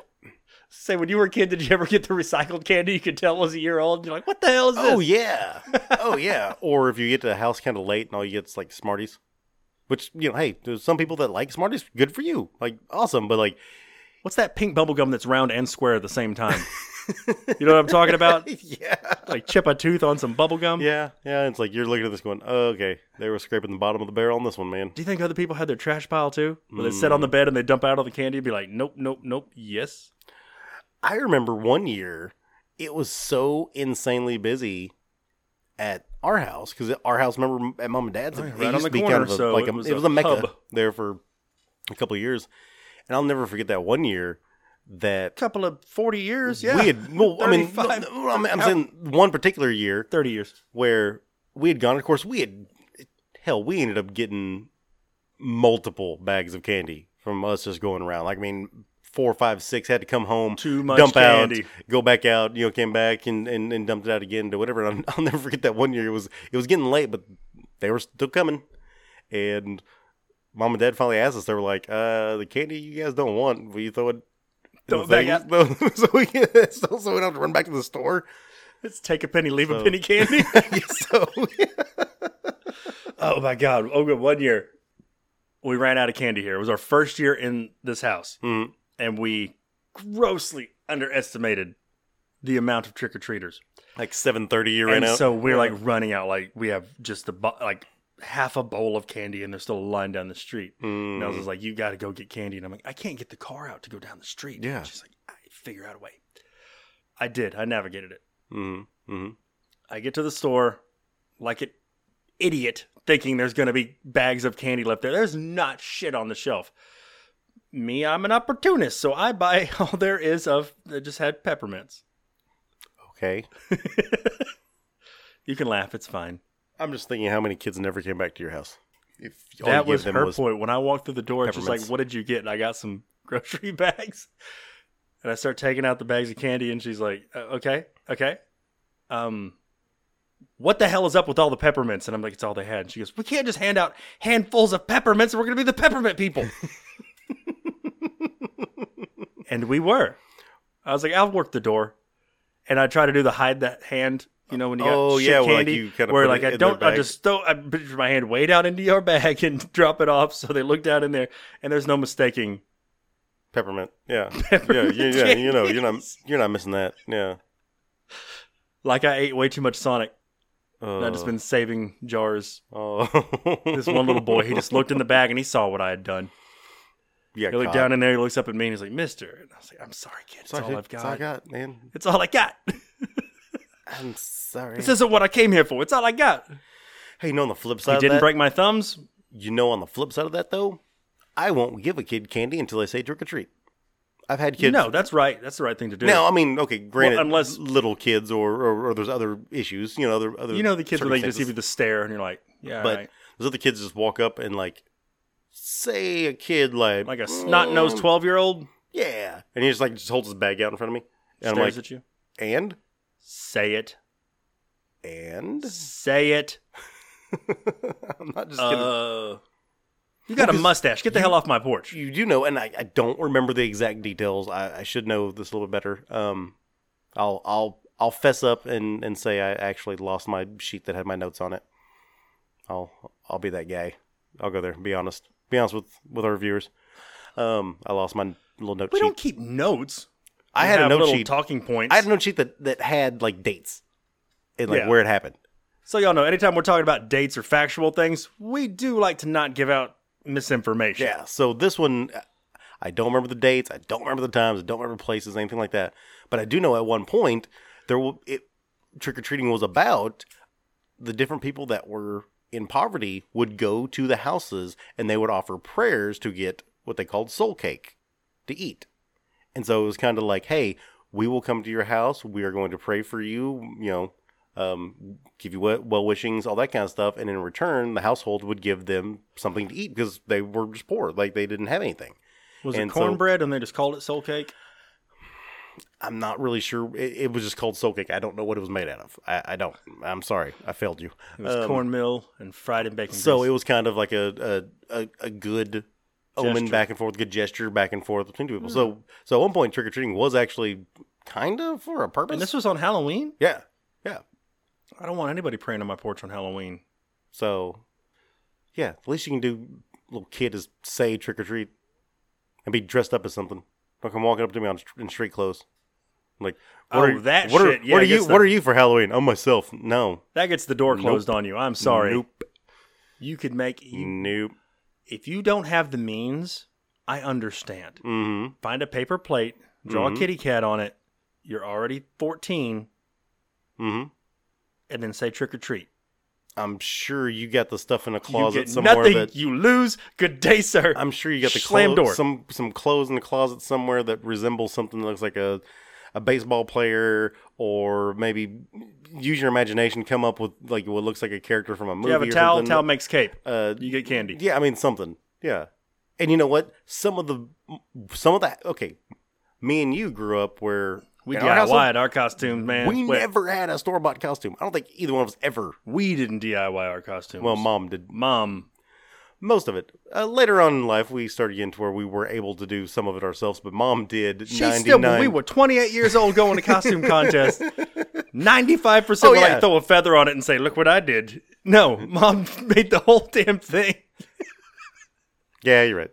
[SPEAKER 1] Say, when you were a kid, did you ever get the recycled candy you could tell was a year old? You're like, what the hell is this?
[SPEAKER 2] *laughs* oh yeah, oh yeah. Or if you get to the house kind of late and all you get's like Smarties, which you know, hey, there's some people that like Smarties. Good for you, like awesome. But like,
[SPEAKER 1] What's that pink bubble gum that's round and square at the same time? you know what I'm talking *laughs* about?
[SPEAKER 2] *laughs* yeah,
[SPEAKER 1] Like chip a tooth on some bubble gum?
[SPEAKER 2] yeah, yeah. It's like you're looking at this going, okay, they were scraping the bottom of the barrel on this one, man.
[SPEAKER 1] Do you think other people had their trash pile too? Where they sit on the bed and they dump out all the candy and be like, nope, nope, nope, yes.
[SPEAKER 2] I remember one year it was so insanely busy at our house because our house, remember at mom and dad's,
[SPEAKER 1] yeah,
[SPEAKER 2] it
[SPEAKER 1] right on
[SPEAKER 2] used
[SPEAKER 1] the
[SPEAKER 2] to be
[SPEAKER 1] corner,
[SPEAKER 2] kind of a,
[SPEAKER 1] so
[SPEAKER 2] like a,
[SPEAKER 1] it was
[SPEAKER 2] it was
[SPEAKER 1] a
[SPEAKER 2] a, mecca
[SPEAKER 1] hub.
[SPEAKER 2] there for a couple of years, and I'll never forget that one year that
[SPEAKER 1] Couple of 40 years, yeah.
[SPEAKER 2] we had. Well, I mean, no,
[SPEAKER 1] 35.
[SPEAKER 2] no, I'm, I'm saying one particular year
[SPEAKER 1] 30 years.
[SPEAKER 2] where we had gone. Of course, we had hell. We ended up getting multiple bags of candy from us just going around. Like I mean, four, five, six had to come home,
[SPEAKER 1] Too much
[SPEAKER 2] dump
[SPEAKER 1] candy.
[SPEAKER 2] out, go back out. You know, came back and, and, and dumped it out again to whatever. And I'll, *laughs* I'll never forget that one year. It was it was getting late, but they were still coming, and. Mom and Dad finally asked us. They were like, "Uh, the candy you guys don't want, will you throw it? in
[SPEAKER 1] Throw
[SPEAKER 2] the
[SPEAKER 1] it back
[SPEAKER 2] thing?"
[SPEAKER 1] out.
[SPEAKER 2] *laughs* so we can, so, so we don't have to run back to the store." *laughs*
[SPEAKER 1] Let's take a penny, leave a
[SPEAKER 2] So-
[SPEAKER 1] penny *laughs* candy.
[SPEAKER 2] so
[SPEAKER 1] oh my God. Oh, good. One year we ran out of candy here. It was our first year in this house.
[SPEAKER 2] Mhm.
[SPEAKER 1] And we grossly underestimated the amount of trick or treaters.
[SPEAKER 2] like seven thirty, you ran
[SPEAKER 1] and
[SPEAKER 2] out.
[SPEAKER 1] so we're like running out like we have just the bo- like half a bowl of candy and there's still a line down the street and i was
[SPEAKER 2] Mm.
[SPEAKER 1] just like you got to go get candy and i'm like i can't get the car out to go down the street
[SPEAKER 2] Yeah.
[SPEAKER 1] she's like i figure out a way i did i navigated it
[SPEAKER 2] Mm-hmm.
[SPEAKER 1] i get to the store like an idiot thinking there's going to be bags of candy left there there's not shit on the shelf me i'm an opportunist so i buy *laughs* all there is of that just had peppermints
[SPEAKER 2] Okay.
[SPEAKER 1] you can laugh it's fine
[SPEAKER 2] I'm just thinking how many kids never came back to your house. If all you
[SPEAKER 1] that
[SPEAKER 2] gave
[SPEAKER 1] was
[SPEAKER 2] them
[SPEAKER 1] her point. When I walked through the door, it's just like,
[SPEAKER 2] Peppermints.
[SPEAKER 1] "What did you get?" And I got some *laughs* grocery bags, and I start taking out the bags of candy, and she's like, "Uh, "Okay, okay, um, what the hell is up with all the peppermints? And I'm like, it's all they had. And she goes, we can't just hand out handfuls of peppermints. We're going to be the peppermint people.
[SPEAKER 2] *laughs*
[SPEAKER 1] and we were. I was like, I'll work the door. And I try to do the hide that hand, you know, when you got
[SPEAKER 2] Oh,
[SPEAKER 1] shit
[SPEAKER 2] yeah, where, like,
[SPEAKER 1] candy,
[SPEAKER 2] you kinda
[SPEAKER 1] where
[SPEAKER 2] put
[SPEAKER 1] like
[SPEAKER 2] it
[SPEAKER 1] I
[SPEAKER 2] in
[SPEAKER 1] don't,
[SPEAKER 2] their
[SPEAKER 1] I
[SPEAKER 2] bag.
[SPEAKER 1] just throw, I put my hand way down into your bag and *laughs* drop it off. So they look down in there, and there's no mistaking. *laughs*
[SPEAKER 2] Peppermint. Yeah.
[SPEAKER 1] Peppermint
[SPEAKER 2] yeah. Yeah. Yeah. You know. You're not.
[SPEAKER 1] candies.
[SPEAKER 2] You're not missing that. Yeah.
[SPEAKER 1] Like I ate way too much Sonic.
[SPEAKER 2] Uh,
[SPEAKER 1] and I've just been saving jars.
[SPEAKER 2] oh.
[SPEAKER 1] This
[SPEAKER 2] *laughs*
[SPEAKER 1] one little boy, he just looked in the bag and he saw what I had done.
[SPEAKER 2] Yeah.
[SPEAKER 1] He looked down in there, he looks up at me and he's like, Mister. And I was like, I'm sorry, kid. It's all I've
[SPEAKER 2] It's all I
[SPEAKER 1] got.
[SPEAKER 2] got, man.
[SPEAKER 1] It's all I got. *laughs*
[SPEAKER 2] I'm sorry.
[SPEAKER 1] This isn't what I came here for. It's all I got.
[SPEAKER 2] hey, you know, on the flip side,
[SPEAKER 1] He
[SPEAKER 2] of
[SPEAKER 1] didn't
[SPEAKER 2] that,
[SPEAKER 1] break my thumbs.
[SPEAKER 2] You know, on the flip side of that, though, I won't give a kid candy until they say trick or treat. I've had kids.
[SPEAKER 1] No, that's right. That's the right thing to do.
[SPEAKER 2] Now, I mean, okay, granted,
[SPEAKER 1] Well, unless-
[SPEAKER 2] unless little kids or, or, or there's other issues, you know, other other
[SPEAKER 1] you know the kids where they just give you
[SPEAKER 2] circumstances.
[SPEAKER 1] the stare and you're like, yeah,
[SPEAKER 2] but
[SPEAKER 1] all right.
[SPEAKER 2] those other kids just walk up and like say a kid like
[SPEAKER 1] like a snot nosed
[SPEAKER 2] "Mm,
[SPEAKER 1] twelve year old
[SPEAKER 2] yeah, and he just like just holds his bag out in front of me, and
[SPEAKER 1] stares
[SPEAKER 2] I'm like,
[SPEAKER 1] at you.
[SPEAKER 2] and
[SPEAKER 1] Say it. *laughs*
[SPEAKER 2] and
[SPEAKER 1] Say it.
[SPEAKER 2] I'm not just gonna.
[SPEAKER 1] Uh, you got a
[SPEAKER 2] Because
[SPEAKER 1] mustache. Get the hell off my porch.
[SPEAKER 2] You do know, and I, I don't remember the exact details. I, I should know this a little bit better. Um, I'll I'll I'll fess up and and say I actually lost my sheet that had my notes on it. I'll I'll be that guy. I'll go there. Be honest. Be honest with with our viewers. Um, I lost my little note
[SPEAKER 1] we
[SPEAKER 2] sheet.
[SPEAKER 1] don't keep notes.
[SPEAKER 2] I
[SPEAKER 1] We
[SPEAKER 2] had a
[SPEAKER 1] have
[SPEAKER 2] note
[SPEAKER 1] little
[SPEAKER 2] sheet.
[SPEAKER 1] talking points.
[SPEAKER 2] I had a note sheet that that had like dates and like
[SPEAKER 1] Yeah.
[SPEAKER 2] where it happened.
[SPEAKER 1] So y'all know, anytime we're talking about dates or factual things, we do like to not give out misinformation.
[SPEAKER 2] Yeah. So this one, I don't remember the dates. I don't remember the times. I don't remember places, anything like that. But I do know at one point there wa- it trick or treating was about the different people that were in poverty would go to the houses and they would offer prayers to get what they called soul cake to eat. And so it was kind of like, hey, we will come to your house. We are going to pray for you. You know. Um, give you well wishings, all that kind of stuff, and in return, the household would give them something to eat because they were just poor, like they didn't have anything.
[SPEAKER 1] Was
[SPEAKER 2] And
[SPEAKER 1] it
[SPEAKER 2] so-
[SPEAKER 1] cornbread and they just called it soul cake?
[SPEAKER 2] I'm not really sure. It, it was just called soul cake. I don't know what it was made out of. I, I don't. I'm sorry. I failed you.
[SPEAKER 1] It was
[SPEAKER 2] Um,
[SPEAKER 1] cornmeal and fried and bacon.
[SPEAKER 2] So
[SPEAKER 1] grease.
[SPEAKER 2] it was kind of like a a, a, a good omen
[SPEAKER 1] Gesture. Hmm.
[SPEAKER 2] back and forth, good gesture back and forth between two people. So so at one point, trick or treating was actually kind of for a purpose.
[SPEAKER 1] and this was on Halloween.
[SPEAKER 2] yeah yeah.
[SPEAKER 1] I don't want anybody praying on my porch on Halloween.
[SPEAKER 2] So yeah, the least you can do, little kid, is say trick or treat, and be dressed up as something. Don't come walking up to me on str- in street clothes. Like what
[SPEAKER 1] Oh,
[SPEAKER 2] are,
[SPEAKER 1] that
[SPEAKER 2] what are-
[SPEAKER 1] shit. Yeah,
[SPEAKER 2] what are
[SPEAKER 1] I guess
[SPEAKER 2] you?
[SPEAKER 1] the-
[SPEAKER 2] What are you for Halloween? I'm myself. No.
[SPEAKER 1] That gets the door
[SPEAKER 2] Nope.
[SPEAKER 1] closed on you. I'm sorry.
[SPEAKER 2] Nope.
[SPEAKER 1] You could make you,
[SPEAKER 2] Nope.
[SPEAKER 1] if you don't have the means. I understand.
[SPEAKER 2] hmm
[SPEAKER 1] Find a paper plate, draw a
[SPEAKER 2] Mhm.
[SPEAKER 1] kitty cat on it. You're already 14,
[SPEAKER 2] hmm
[SPEAKER 1] and then say trick or treat.
[SPEAKER 2] I'm sure you got the stuff in a
[SPEAKER 1] You
[SPEAKER 2] closet
[SPEAKER 1] get
[SPEAKER 2] somewhere.
[SPEAKER 1] nothing.
[SPEAKER 2] That
[SPEAKER 1] You lose. Good day, sir.
[SPEAKER 2] I'm sure you got the
[SPEAKER 1] Slam
[SPEAKER 2] clo-
[SPEAKER 1] door.
[SPEAKER 2] some some clothes in the closet somewhere that resembles something that looks like a a baseball player, or maybe use your imagination, come up with like what looks like a character from a movie.
[SPEAKER 1] you have a
[SPEAKER 2] or
[SPEAKER 1] towel.
[SPEAKER 2] something.
[SPEAKER 1] Towel makes cape.
[SPEAKER 2] Uh,
[SPEAKER 1] You get candy.
[SPEAKER 2] yeah, I mean something. Yeah, and you know what? Some of the some of that. Okay, me and you grew up where
[SPEAKER 1] We
[SPEAKER 2] in our household,
[SPEAKER 1] DIY'd our costumes, man.
[SPEAKER 2] We
[SPEAKER 1] Wait,
[SPEAKER 2] never had a store bought costume. I don't think either one of us ever.
[SPEAKER 1] we didn't DIY our costumes.
[SPEAKER 2] Well, mom did
[SPEAKER 1] mom,
[SPEAKER 2] most of it. Uh, later on in life, we started getting to where we were able to do some of it ourselves, but mom did.
[SPEAKER 1] she
[SPEAKER 2] 99.
[SPEAKER 1] still. When we were 28 years old, going to
[SPEAKER 2] *laughs*
[SPEAKER 1] costume contest, 95 percent
[SPEAKER 2] Oh,
[SPEAKER 1] would like
[SPEAKER 2] yeah.
[SPEAKER 1] throw a feather on it and say, "Look what I did." No, mom *laughs* made the whole damn thing.
[SPEAKER 2] Yeah, you're right.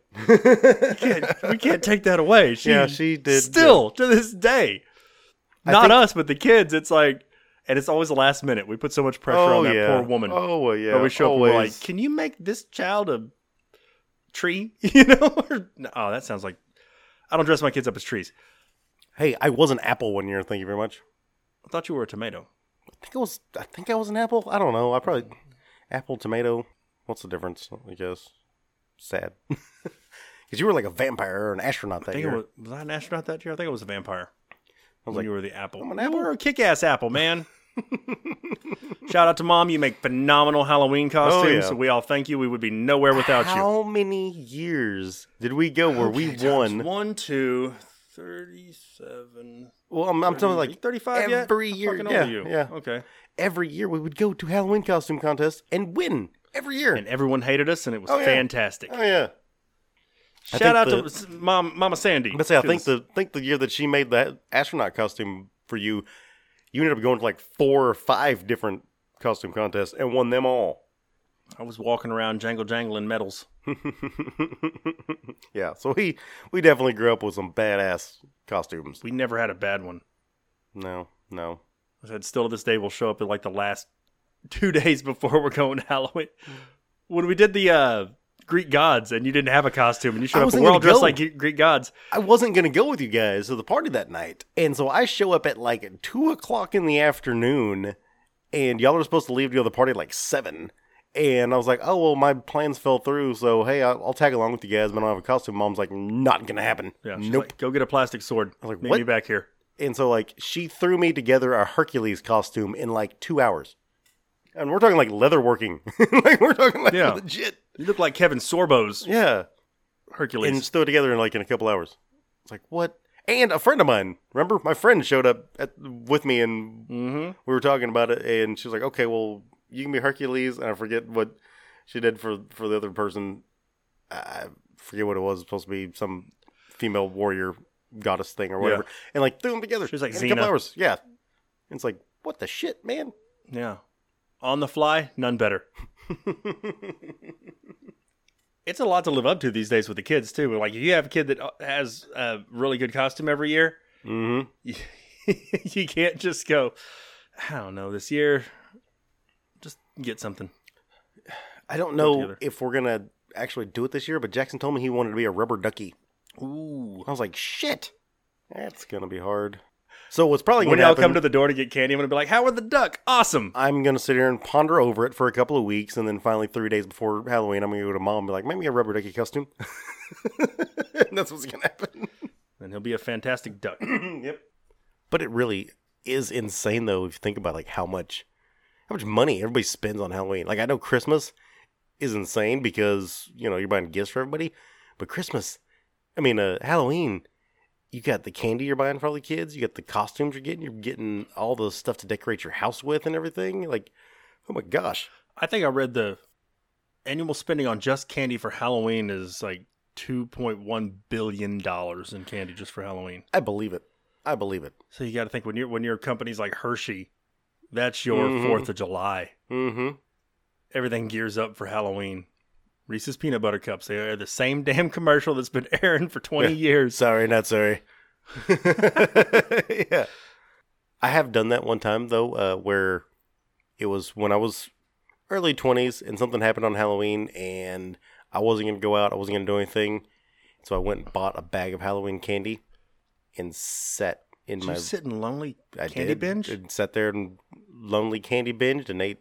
[SPEAKER 1] Can't- we can't take that away. She,
[SPEAKER 2] *laughs* Yeah, she did,
[SPEAKER 1] Still to this day,
[SPEAKER 2] I
[SPEAKER 1] not
[SPEAKER 2] think-
[SPEAKER 1] us, but the kids. It's like, and it's always the last minute. We put so much pressure on that poor woman.
[SPEAKER 2] Oh, well, yeah.
[SPEAKER 1] Or we show up
[SPEAKER 2] always.
[SPEAKER 1] and we're like, can you make this child a tree? *laughs* You know? Or- no, oh, that sounds like I don't dress my kids up as trees.
[SPEAKER 2] hey, I was an apple one year. Thank you very much.
[SPEAKER 1] I thought you were a tomato.
[SPEAKER 2] I think I was. I think I was an apple. I don't know. I probably apple tomato. What's the difference? I guess sad *laughs* because you were like a vampire or an astronaut
[SPEAKER 1] I
[SPEAKER 2] that
[SPEAKER 1] think
[SPEAKER 2] year.
[SPEAKER 1] it was, was I an astronaut that year? I think it was a vampire. I
[SPEAKER 2] was
[SPEAKER 1] was
[SPEAKER 2] like,
[SPEAKER 1] you were the apple.
[SPEAKER 2] I'm an
[SPEAKER 1] You
[SPEAKER 2] apple.
[SPEAKER 1] were a kick ass apple,
[SPEAKER 2] *laughs*
[SPEAKER 1] man. Shout out to mom. You make phenomenal Halloween costumes.
[SPEAKER 2] Oh, yeah.
[SPEAKER 1] So we all thank you. We would be nowhere without you.
[SPEAKER 2] How many years did we go where we
[SPEAKER 1] Okay, times
[SPEAKER 2] won?
[SPEAKER 1] One, two, Thirty-seven.
[SPEAKER 2] Well, I'm, I'm talking like
[SPEAKER 1] thirty-five yet?
[SPEAKER 2] every
[SPEAKER 1] How
[SPEAKER 2] year.
[SPEAKER 1] fucking old
[SPEAKER 2] Yeah,
[SPEAKER 1] are you?
[SPEAKER 2] yeah.
[SPEAKER 1] Okay.
[SPEAKER 2] Every year we would go to Halloween costume contests and win every year.
[SPEAKER 1] And everyone hated us, and it was
[SPEAKER 2] Oh, yeah.
[SPEAKER 1] fantastic.
[SPEAKER 2] oh yeah. I
[SPEAKER 1] Shout out
[SPEAKER 2] think
[SPEAKER 1] to S- Mom, Mama Sandy.
[SPEAKER 2] But say, I think
[SPEAKER 1] 'cause-
[SPEAKER 2] the think the year that she made that astronaut costume for you, you ended up going to like four or five different costume contests and won them all. *laughs*
[SPEAKER 1] I was walking around jangle jangling medals.
[SPEAKER 2] yeah, so we we definitely grew up with some badass costumes.
[SPEAKER 1] We never had a bad one.
[SPEAKER 2] No, no,
[SPEAKER 1] I said, still to this day, we'll show up at like the last *laughs* two days before we're going to Halloween. When we did the uh, Greek gods, and you didn't have a costume, and you
[SPEAKER 2] I
[SPEAKER 1] showed up,
[SPEAKER 2] wasn't
[SPEAKER 1] and we're all
[SPEAKER 2] gonna
[SPEAKER 1] dressed
[SPEAKER 2] go.
[SPEAKER 1] like Gre- Greek gods.
[SPEAKER 2] I wasn't gonna go with you guys to the party that night, and so I show up at like two o'clock in the afternoon, and y'all are supposed to leave to go to the party at like seven. And I was like, "Oh well, my plans fell through, so hey, I'll, I'll tag along with you guys, but I don't have a costume." Mom's like, "Not gonna happen.
[SPEAKER 1] Yeah, she's
[SPEAKER 2] nope."
[SPEAKER 1] like, go get a plastic sword.
[SPEAKER 2] I was like,
[SPEAKER 1] Meet
[SPEAKER 2] "What?"
[SPEAKER 1] me back here.
[SPEAKER 2] And so like she threw me together a Hercules costume in like two hours. And we're talking like leather working. *laughs* like we're talking like
[SPEAKER 1] Yeah.
[SPEAKER 2] legit.
[SPEAKER 1] You look like Kevin Sorbo's
[SPEAKER 2] Yeah. And
[SPEAKER 1] Hercules.
[SPEAKER 2] just threw it together in like in a couple hours. It's like what? And a friend of mine, remember my friend showed up at, with me and
[SPEAKER 1] mm-hmm.
[SPEAKER 2] we were talking about it and she was like, Okay, well, you can be Hercules and I forget what she did for for the other person. I I forget what it was, supposed to be some female warrior goddess thing or whatever. And like threw them together.
[SPEAKER 1] She was like
[SPEAKER 2] in a couple
[SPEAKER 1] Xena.
[SPEAKER 2] hours. Yeah. And it's like, what the shit, man? *laughs*
[SPEAKER 1] Yeah. On the fly, none better. Mm-hmm. it's a lot to live up to these days with the kids, too. Like, if you have a kid that uh, has a really good costume every year, *laughs*
[SPEAKER 2] Mm-hmm.
[SPEAKER 1] you can't just go, I don't know, this year, just get something.
[SPEAKER 2] I don't
[SPEAKER 1] Put
[SPEAKER 2] know
[SPEAKER 1] together.
[SPEAKER 2] if we're gonna actually do it this year, but Jackson told me he wanted to be a rubber ducky.
[SPEAKER 1] Ooh.
[SPEAKER 2] I was like, shit. That's gonna be hard. So what's probably
[SPEAKER 1] When
[SPEAKER 2] gonna
[SPEAKER 1] y'all
[SPEAKER 2] happen?
[SPEAKER 1] come to the door to get candy, I'm going to be like, Howard the Duck, awesome.
[SPEAKER 2] I'm gonna sit here and ponder over it for a couple of weeks, and then finally, three days before Halloween, I'm gonna go to mom and be like, "Make me a rubber ducky costume." *laughs* and that's what's gonna happen.
[SPEAKER 1] And he'll be a fantastic *clears throat* duck.
[SPEAKER 2] yep. But it really is insane, though, if you think about like how much, how much money everybody spends on Halloween. Like I know Christmas is insane because you know you're buying gifts for everybody, but Christmas, I mean, uh, Halloween, you got the candy you're buying for all the kids, you got the costumes you're getting, you're getting all the stuff to decorate your house with and everything. Like, oh my gosh,
[SPEAKER 1] I think I read the annual spending on just candy for Halloween is like $2.1 billion in candy just for Halloween.
[SPEAKER 2] I believe it. I believe it.
[SPEAKER 1] So you got to think when you're when your company's like Hershey, that's your
[SPEAKER 2] Mhm.
[SPEAKER 1] Fourth of July.
[SPEAKER 2] Mm-hmm.
[SPEAKER 1] Everything gears up for Halloween. Reese's peanut butter cups. They are the same *laughs* damn commercial that's been airing for
[SPEAKER 2] *laughs*
[SPEAKER 1] 20 years.
[SPEAKER 2] Sorry, not sorry. *laughs* yeah. I have done that one time though, uh, where it was when I was early twenties and something happened on Halloween and I wasn't gonna go out, I wasn't gonna do anything. So I went and bought a bag of Halloween candy and sat in
[SPEAKER 1] Did
[SPEAKER 2] my
[SPEAKER 1] you sit in lonely
[SPEAKER 2] I
[SPEAKER 1] candy
[SPEAKER 2] did,
[SPEAKER 1] binge?
[SPEAKER 2] and sat there and lonely candy binged and ate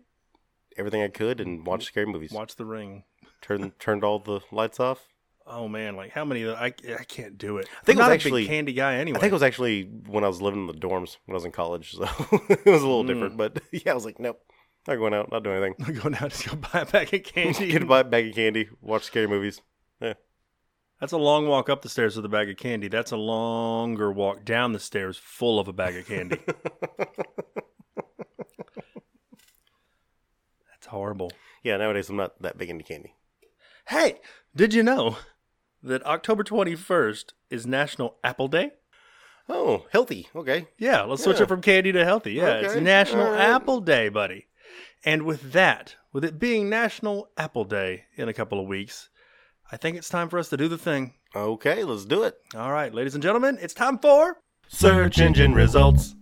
[SPEAKER 2] everything I could and watched scary movies.
[SPEAKER 1] Watch The Ring.
[SPEAKER 2] Turned turned all the lights off.
[SPEAKER 1] Oh man, like how many? of the- I I can't do it. I
[SPEAKER 2] think it was
[SPEAKER 1] am not a
[SPEAKER 2] actually-
[SPEAKER 1] big candy guy anyway.
[SPEAKER 2] I think it was actually when I was living in the dorms when I was in college, so *laughs* it was a little
[SPEAKER 1] Mm.
[SPEAKER 2] different. But *laughs* yeah, I was like, nope, not going out, not doing anything.
[SPEAKER 1] I'm going out to *laughs* go buy a bag of candy.
[SPEAKER 2] *laughs* Get a bi- bag of candy, watch scary movies.
[SPEAKER 1] That's a long walk up the stairs with a bag of candy. That's a longer walk down the stairs full of a bag of *laughs* candy. That's horrible.
[SPEAKER 2] Yeah, nowadays I'm not that big into candy.
[SPEAKER 1] Hey, did you know that October 21st is National Apple Day?
[SPEAKER 2] Oh, healthy. Okay.
[SPEAKER 1] Yeah, let's switch
[SPEAKER 2] Yeah.
[SPEAKER 1] it from candy to healthy. Yeah, it's
[SPEAKER 2] Okay,
[SPEAKER 1] National
[SPEAKER 2] all right.
[SPEAKER 1] Apple Day, buddy. And with that, with it being National Apple Day in a couple of weeks, I think it's time for us to do the thing.
[SPEAKER 2] Okay, let's do it.
[SPEAKER 1] All right, ladies and gentlemen, it's time for.
[SPEAKER 2] Search engine results.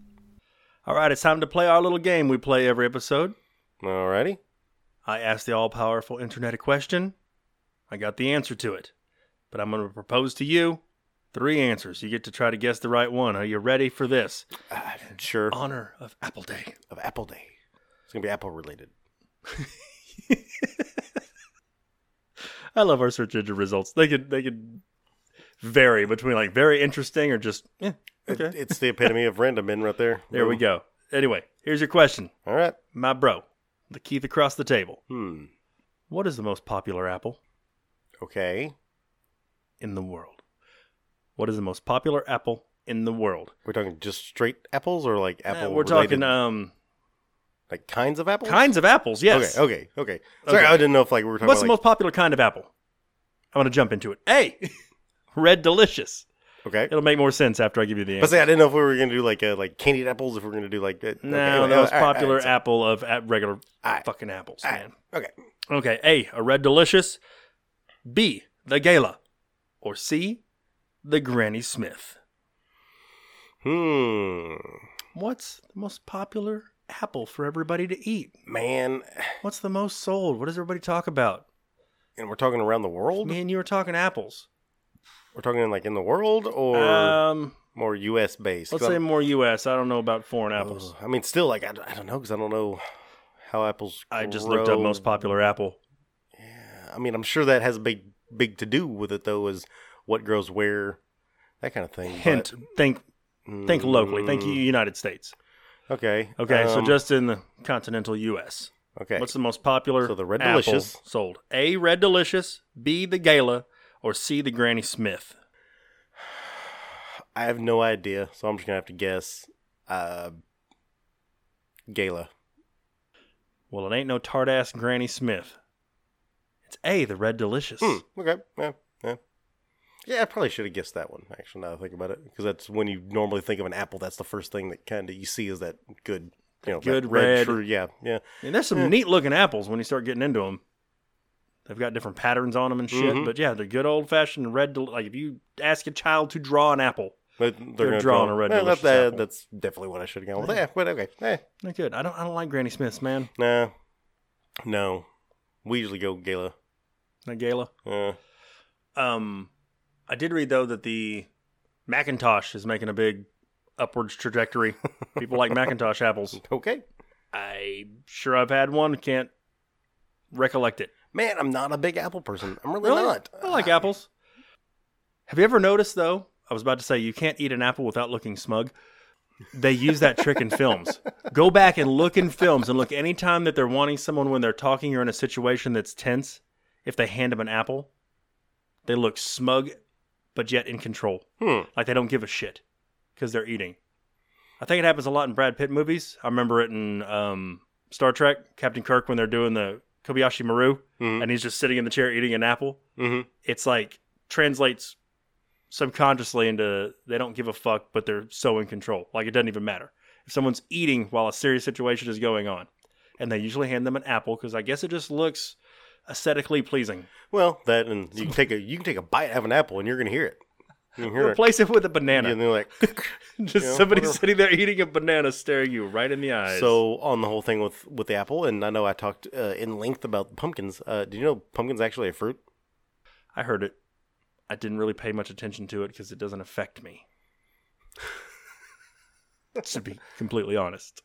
[SPEAKER 1] All right, it's time to play our little game we play every episode.
[SPEAKER 2] Alrighty.
[SPEAKER 1] I asked the all powerful internet a question. I got the answer to it. But I'm going to propose to you three answers. You get to try to guess the right one. Are you ready for this?
[SPEAKER 2] Ah, sure.
[SPEAKER 1] Honor of Apple Day.
[SPEAKER 2] Of Apple Day. It's gonna be Apple related.
[SPEAKER 1] I love our search engine results. They could they could vary between like very interesting or just eh,
[SPEAKER 2] It-
[SPEAKER 1] okay.
[SPEAKER 2] it's the epitome of random men right there.
[SPEAKER 1] *laughs* There we go. Anyway, here's your question,
[SPEAKER 2] All right.
[SPEAKER 1] my bro, the Keith across the table.
[SPEAKER 2] Hmm.
[SPEAKER 1] What is the most popular apple
[SPEAKER 2] Okay.
[SPEAKER 1] in the world? What is the most popular apple in the world?
[SPEAKER 2] We're talking just straight apples or like
[SPEAKER 1] Eh,
[SPEAKER 2] apple.
[SPEAKER 1] We're
[SPEAKER 2] related-
[SPEAKER 1] talking um
[SPEAKER 2] like kinds of apples.
[SPEAKER 1] kinds of apples. Yes.
[SPEAKER 2] Okay. Okay. Okay. Sorry,
[SPEAKER 1] Okay.
[SPEAKER 2] I didn't know if like we were talking
[SPEAKER 1] What's the
[SPEAKER 2] about.
[SPEAKER 1] most popular kind of apple? I'm gonna jump into it. A. *laughs* Red Delicious.
[SPEAKER 2] like- okay.
[SPEAKER 1] It'll make more sense after I give you the
[SPEAKER 2] But
[SPEAKER 1] answer.
[SPEAKER 2] say I didn't know if we were gonna do like uh, like candied apples. If we are gonna do like uh,
[SPEAKER 1] No,
[SPEAKER 2] okay,
[SPEAKER 1] the most
[SPEAKER 2] all right, all right,
[SPEAKER 1] popular
[SPEAKER 2] so-
[SPEAKER 1] apple of at regular
[SPEAKER 2] Alright.
[SPEAKER 1] fucking apples, man.
[SPEAKER 2] Okay.
[SPEAKER 1] Okay, A, a red delicious, B, the gala, or C, the Granny Smith.
[SPEAKER 2] Hmm.
[SPEAKER 1] What's the most popular apple for everybody to eat?
[SPEAKER 2] Man,
[SPEAKER 1] What's the most sold? What does everybody talk about?
[SPEAKER 2] and we're talking around the world.
[SPEAKER 1] Me and you are talking apples.
[SPEAKER 2] We're talking like in the world or
[SPEAKER 1] um,
[SPEAKER 2] more U.S. based.
[SPEAKER 1] let's
[SPEAKER 2] 'Cause
[SPEAKER 1] say
[SPEAKER 2] I'm-
[SPEAKER 1] more U.S. I don't know about foreign apples.
[SPEAKER 2] Ugh, I mean, still like I, d- I don't know because I don't know how apples.
[SPEAKER 1] I just looked up
[SPEAKER 2] grow.
[SPEAKER 1] most popular apple.
[SPEAKER 2] Yeah, I mean, I'm sure that has a big big to do with it though. Is what grows where, that kind of thing. but-
[SPEAKER 1] Hint: think think locally. Think
[SPEAKER 2] Mm,
[SPEAKER 1] United States.
[SPEAKER 2] Okay.
[SPEAKER 1] Okay, so
[SPEAKER 2] um,
[SPEAKER 1] just in the continental U.S.
[SPEAKER 2] okay.
[SPEAKER 1] What's the most popular?
[SPEAKER 2] So the Red
[SPEAKER 1] apple
[SPEAKER 2] Delicious.
[SPEAKER 1] sold. A Red Delicious, B the Gala, or C the Granny Smith.
[SPEAKER 2] I have no idea, so I'm just gonna have to guess. Uh, Gala.
[SPEAKER 1] Well, it ain't no tart ass Granny Smith. It's A the Red Delicious.
[SPEAKER 2] Hmm, okay. Yeah. Yeah. Yeah, I probably should have guessed that one. Actually, now that I think about it, because that's when you normally think of an apple. That's the first thing that kind of you see is that good, you know, that
[SPEAKER 1] Good red.
[SPEAKER 2] true- yeah, yeah.
[SPEAKER 1] And there's some
[SPEAKER 2] Yeah.
[SPEAKER 1] neat looking apples when you start getting into them. They've got different patterns on them and shit.
[SPEAKER 2] Mhm.
[SPEAKER 1] But yeah, they're good old fashioned red. Del- like if you ask a child to draw an apple,
[SPEAKER 2] But
[SPEAKER 1] They're
[SPEAKER 2] they're gonna
[SPEAKER 1] drawing
[SPEAKER 2] draw-
[SPEAKER 1] a red
[SPEAKER 2] Well,
[SPEAKER 1] delicious
[SPEAKER 2] that-
[SPEAKER 1] apple.
[SPEAKER 2] That's definitely what I should have gone with. Yeah, but okay. Eh,
[SPEAKER 1] they're good. I don't. I don't like Granny Smiths, man.
[SPEAKER 2] nah, no. We usually go Gala.
[SPEAKER 1] The Gala.
[SPEAKER 2] Uh,
[SPEAKER 1] Um, I did read though that the Macintosh is making a big upwards trajectory. People like Macintosh apples.
[SPEAKER 2] okay,
[SPEAKER 1] I'm sure I've had one. Can't recollect it.
[SPEAKER 2] man. I'm not a big apple person. I'm really, not. Uh,
[SPEAKER 1] I like apples. Have you ever noticed though? I was about to say you can't eat an apple without looking smug. They use that trick in films. Go back and look in films and look anytime that they're wanting someone when they're talking or in a situation that's tense. If they hand them an apple, they look smug, but yet in control.
[SPEAKER 2] Hmm.
[SPEAKER 1] Like they don't give a shit because they're eating. I think it happens a lot in Brad Pitt movies. I remember it in um, Star Trek, Captain Kirk, when they're doing the Kobayashi Maru,
[SPEAKER 2] Mhm.
[SPEAKER 1] and he's just sitting in the chair eating an apple.
[SPEAKER 2] Mm-hmm.
[SPEAKER 1] It's like translates subconsciously into they don't give a fuck, but they're so in control. Like it doesn't even matter. If someone's eating while a serious situation is going on, and they usually hand them an apple because I guess it just looks aesthetically pleasing.
[SPEAKER 2] Well, that and you can take a you can take a bite out of an apple and you're gonna hear it. You can hear it.
[SPEAKER 1] Replace it with a banana. *laughs*
[SPEAKER 2] And they're like,
[SPEAKER 1] just
[SPEAKER 2] Yeah,
[SPEAKER 1] somebody
[SPEAKER 2] whatever.
[SPEAKER 1] sitting there eating a banana, staring you right in the eyes.
[SPEAKER 2] so on the whole thing with with the apple, and I know I talked uh, in length about pumpkins. Uh, do you know pumpkins actually a fruit?
[SPEAKER 1] I heard it. I didn't really pay much attention to it because it doesn't affect me. to be completely honest,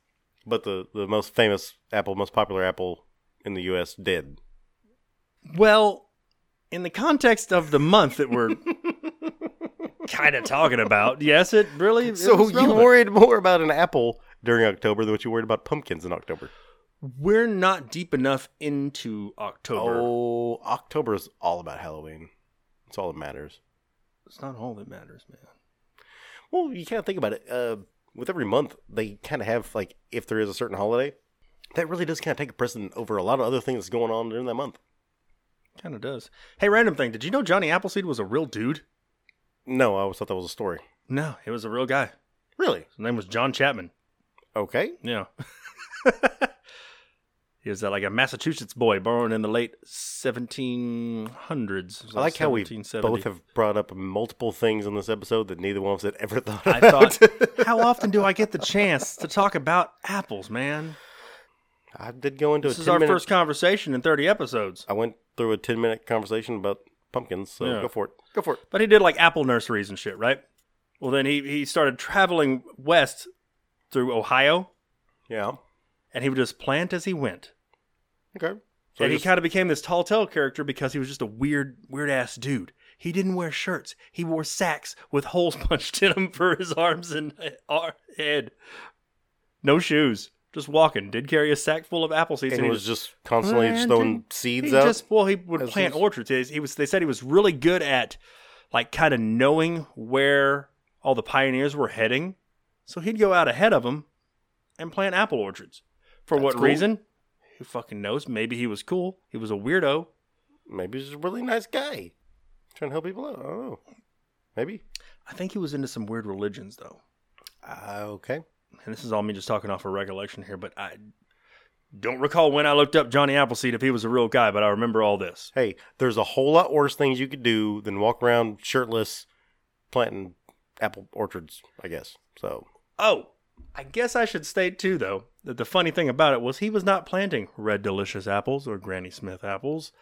[SPEAKER 2] But the the most famous apple, most popular apple in the U.S. dead.
[SPEAKER 1] well, in the context of the month that
[SPEAKER 2] *laughs*
[SPEAKER 1] we're kind of talking about, yes, it really. it
[SPEAKER 2] So
[SPEAKER 1] was
[SPEAKER 2] you
[SPEAKER 1] relevant.
[SPEAKER 2] worried more about an apple during October than what you worried about pumpkins in October.
[SPEAKER 1] we're not deep enough into October.
[SPEAKER 2] Oh, October is all about Halloween. That's all that matters.
[SPEAKER 1] It's not all that matters, man.
[SPEAKER 2] Well, you kind of think about it. Uh, with every month, they kind of have like if there is a certain holiday, that really does kind of take a precedent over a lot of other things going on during that month.
[SPEAKER 1] Kind of does. Hey, random thing. Did you know Johnny Appleseed was a real dude?
[SPEAKER 2] No, I always thought that was a story.
[SPEAKER 1] No, he was a real guy.
[SPEAKER 2] Really?
[SPEAKER 1] His name was John Chapman.
[SPEAKER 2] Okay.
[SPEAKER 1] Yeah. *laughs* he was uh, like a Massachusetts boy born in the late 1700s. It was
[SPEAKER 2] I like how we
[SPEAKER 1] 1770.
[SPEAKER 2] both have brought up multiple things in this episode that neither one of us had ever *laughs* thought
[SPEAKER 1] I
[SPEAKER 2] about. *laughs*
[SPEAKER 1] thought, how often do I get the chance to talk about apples, man?
[SPEAKER 2] I did go into
[SPEAKER 1] This
[SPEAKER 2] a
[SPEAKER 1] is
[SPEAKER 2] 10
[SPEAKER 1] our
[SPEAKER 2] minute.
[SPEAKER 1] first conversation in 30 episodes.
[SPEAKER 2] I went through a 10 minute conversation about pumpkins, so
[SPEAKER 1] Yeah.
[SPEAKER 2] go for it. Go for it.
[SPEAKER 1] But he did like apple nurseries and shit, right? Well, then he, he started traveling west through Ohio
[SPEAKER 2] Yeah.
[SPEAKER 1] and he would just plant as he went.
[SPEAKER 2] Okay.
[SPEAKER 1] and he
[SPEAKER 2] just-
[SPEAKER 1] kind of became this tall tale character because he was just a weird, weird ass dude. He didn't wear shirts. He wore sacks with holes *laughs* punched in them for his arms and *laughs* uh, ar- head. No shoes. Just walking. Did carry a sack full of apple seeds.
[SPEAKER 2] and he was
[SPEAKER 1] just,
[SPEAKER 2] just constantly just throwing
[SPEAKER 1] Planting.
[SPEAKER 2] seeds
[SPEAKER 1] he
[SPEAKER 2] out.
[SPEAKER 1] just well, he would
[SPEAKER 2] as
[SPEAKER 1] plant
[SPEAKER 2] he's-
[SPEAKER 1] orchards. He was, he was. They said he was really good at like kind of knowing where all the pioneers were heading. So he'd go out ahead of them and plant apple orchards. For
[SPEAKER 2] That's
[SPEAKER 1] what
[SPEAKER 2] cool.
[SPEAKER 1] reason? Who fucking knows? Maybe he was cool. He was a weirdo.
[SPEAKER 2] Maybe he's a really nice guy trying to help people out. I don't know. Maybe.
[SPEAKER 1] I think he was into some weird religions though.
[SPEAKER 2] Uh, okay.
[SPEAKER 1] And this is all me just talking off of recollection here, but I don't recall when I looked up Johnny Appleseed if he was a real guy, but I remember all this.
[SPEAKER 2] Hey, there's a whole lot worse things you could do than walk around shirtless planting apple orchards, I guess. So,
[SPEAKER 1] Oh, I guess I should state too, though, that the funny thing about it was he was not planting red delicious apples or Granny Smith apples.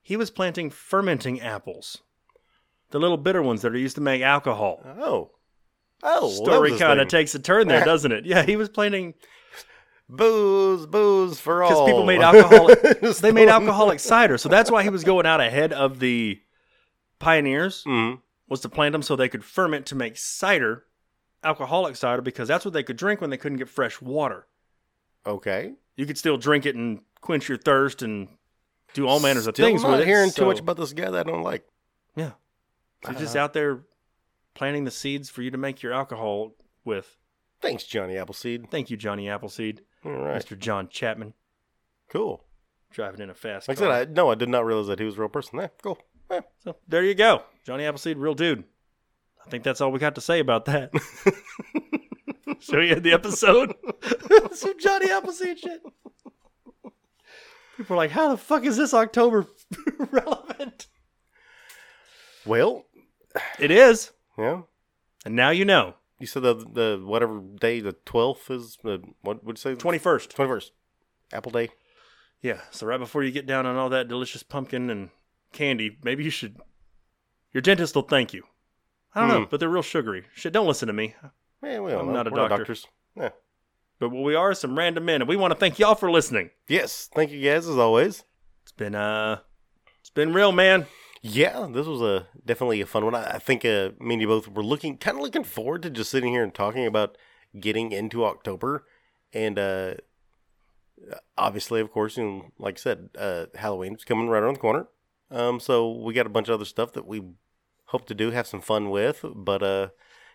[SPEAKER 1] He was planting fermenting apples, the little bitter ones that are used to make alcohol.
[SPEAKER 2] oh. Oh, well, that was
[SPEAKER 1] Story
[SPEAKER 2] his
[SPEAKER 1] kind of
[SPEAKER 2] thing.
[SPEAKER 1] takes a turn there, doesn't it? Yeah, he was planting.
[SPEAKER 2] booze, booze for all.
[SPEAKER 1] 'Cause people made
[SPEAKER 2] *laughs*
[SPEAKER 1] alcoholic-
[SPEAKER 2] Just
[SPEAKER 1] They made
[SPEAKER 2] throwing-
[SPEAKER 1] alcoholic cider, so that's why he was going out ahead of the pioneers.
[SPEAKER 2] Mhm.
[SPEAKER 1] was to plant them so they could ferment to make cider, alcoholic cider, because that's what they could drink when they couldn't get fresh water.
[SPEAKER 2] Okay.
[SPEAKER 1] You could still drink it and quench your thirst and do all manners of
[SPEAKER 2] Still
[SPEAKER 1] things
[SPEAKER 2] not
[SPEAKER 1] with it.
[SPEAKER 2] hearing
[SPEAKER 1] so-
[SPEAKER 2] too much about this guy that I don't like.
[SPEAKER 1] yeah, so you're just
[SPEAKER 2] Uh,
[SPEAKER 1] out there planting the seeds for you to make your alcohol with.
[SPEAKER 2] Thanks, Johnny Appleseed.
[SPEAKER 1] Thank you, Johnny Appleseed,
[SPEAKER 2] All right.
[SPEAKER 1] Mr. John Chapman,
[SPEAKER 2] Cool.
[SPEAKER 1] driving in a fast
[SPEAKER 2] Like I
[SPEAKER 1] car.
[SPEAKER 2] said, I, no, I did not realize that he was a real person. Yeah, cool. Yeah.
[SPEAKER 1] so there you go, Johnny Appleseed, real dude. I think that's all we got to say about
[SPEAKER 2] *laughs*
[SPEAKER 1] that. so you had the episode.
[SPEAKER 2] Some Johnny Appleseed shit.
[SPEAKER 1] People are like, how the fuck is this October *laughs* relevant?
[SPEAKER 2] Well,
[SPEAKER 1] It is.
[SPEAKER 2] yeah.
[SPEAKER 1] And now you know.
[SPEAKER 2] You said the the whatever day the twelfth is. The, what would you say?
[SPEAKER 1] 21st.
[SPEAKER 2] Twenty first. Apple Day.
[SPEAKER 1] Yeah. So right before you get down on all that delicious pumpkin and candy, maybe you should. Your dentist will thank you. I don't know, but they're real sugary. Shit, don't listen to me.
[SPEAKER 2] Man, we all
[SPEAKER 1] I'm
[SPEAKER 2] know.
[SPEAKER 1] not a
[SPEAKER 2] We're
[SPEAKER 1] doctor.
[SPEAKER 2] doctors. Yeah.
[SPEAKER 1] But what we are is some random men, and we want to thank y'all for listening.
[SPEAKER 2] Yes. Thank you guys as always.
[SPEAKER 1] It's been uh, it's been real, man.
[SPEAKER 2] Yeah, this was a definitely a fun one. I, I think uh, me and you both were looking kind of looking forward to just sitting here and talking about getting into October, and uh, obviously, of course, you know, like I said, uh, Halloween's coming right around the corner. Um, so we got a bunch of other stuff that we hope to do, have some fun with, but uh,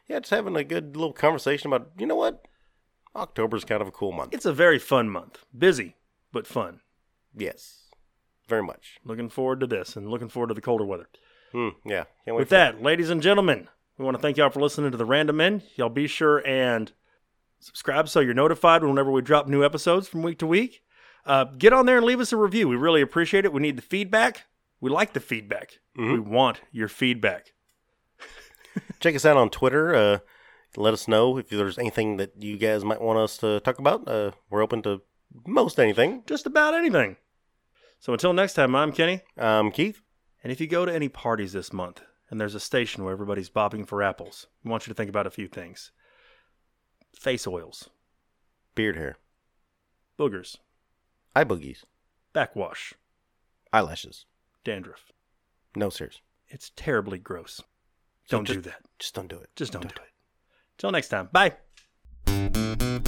[SPEAKER 2] yeah, just having a good little conversation about you know what, October's kind of a cool month.
[SPEAKER 1] It's a very fun month. Busy, but fun.
[SPEAKER 2] Yes, very much.
[SPEAKER 1] Looking forward to this, and looking forward to the colder weather.
[SPEAKER 2] Hmm, yeah, can't wait
[SPEAKER 1] With
[SPEAKER 2] for
[SPEAKER 1] that, ladies and gentlemen, we want to thank y'all for listening to the Random Men. Y'all be sure and subscribe so you're notified whenever we drop new episodes from week to week. Uh, get on there and leave us a review. We really appreciate it. We need the feedback. We like the feedback.
[SPEAKER 2] Mhm.
[SPEAKER 1] We want your feedback.
[SPEAKER 2] check us out on Twitter. Uh, let us know if there's anything that you guys might want us to talk about. Uh, we're open to most anything.
[SPEAKER 1] Just about anything. So until next time, I'm Kenny.
[SPEAKER 2] Um, Keith,
[SPEAKER 1] And if you go to any parties this month and there's a station where everybody's bobbing for apples, we want you to think about a few things face oils,
[SPEAKER 2] beard hair,
[SPEAKER 1] boogers,
[SPEAKER 2] eye boogies,
[SPEAKER 1] backwash,
[SPEAKER 2] eyelashes.
[SPEAKER 1] dandruff.
[SPEAKER 2] No, serious.
[SPEAKER 1] It's terribly gross.
[SPEAKER 2] So
[SPEAKER 1] Don't
[SPEAKER 2] just-
[SPEAKER 1] do that.
[SPEAKER 2] Just don't do it.
[SPEAKER 1] Just don't do it. Till next time. Bye.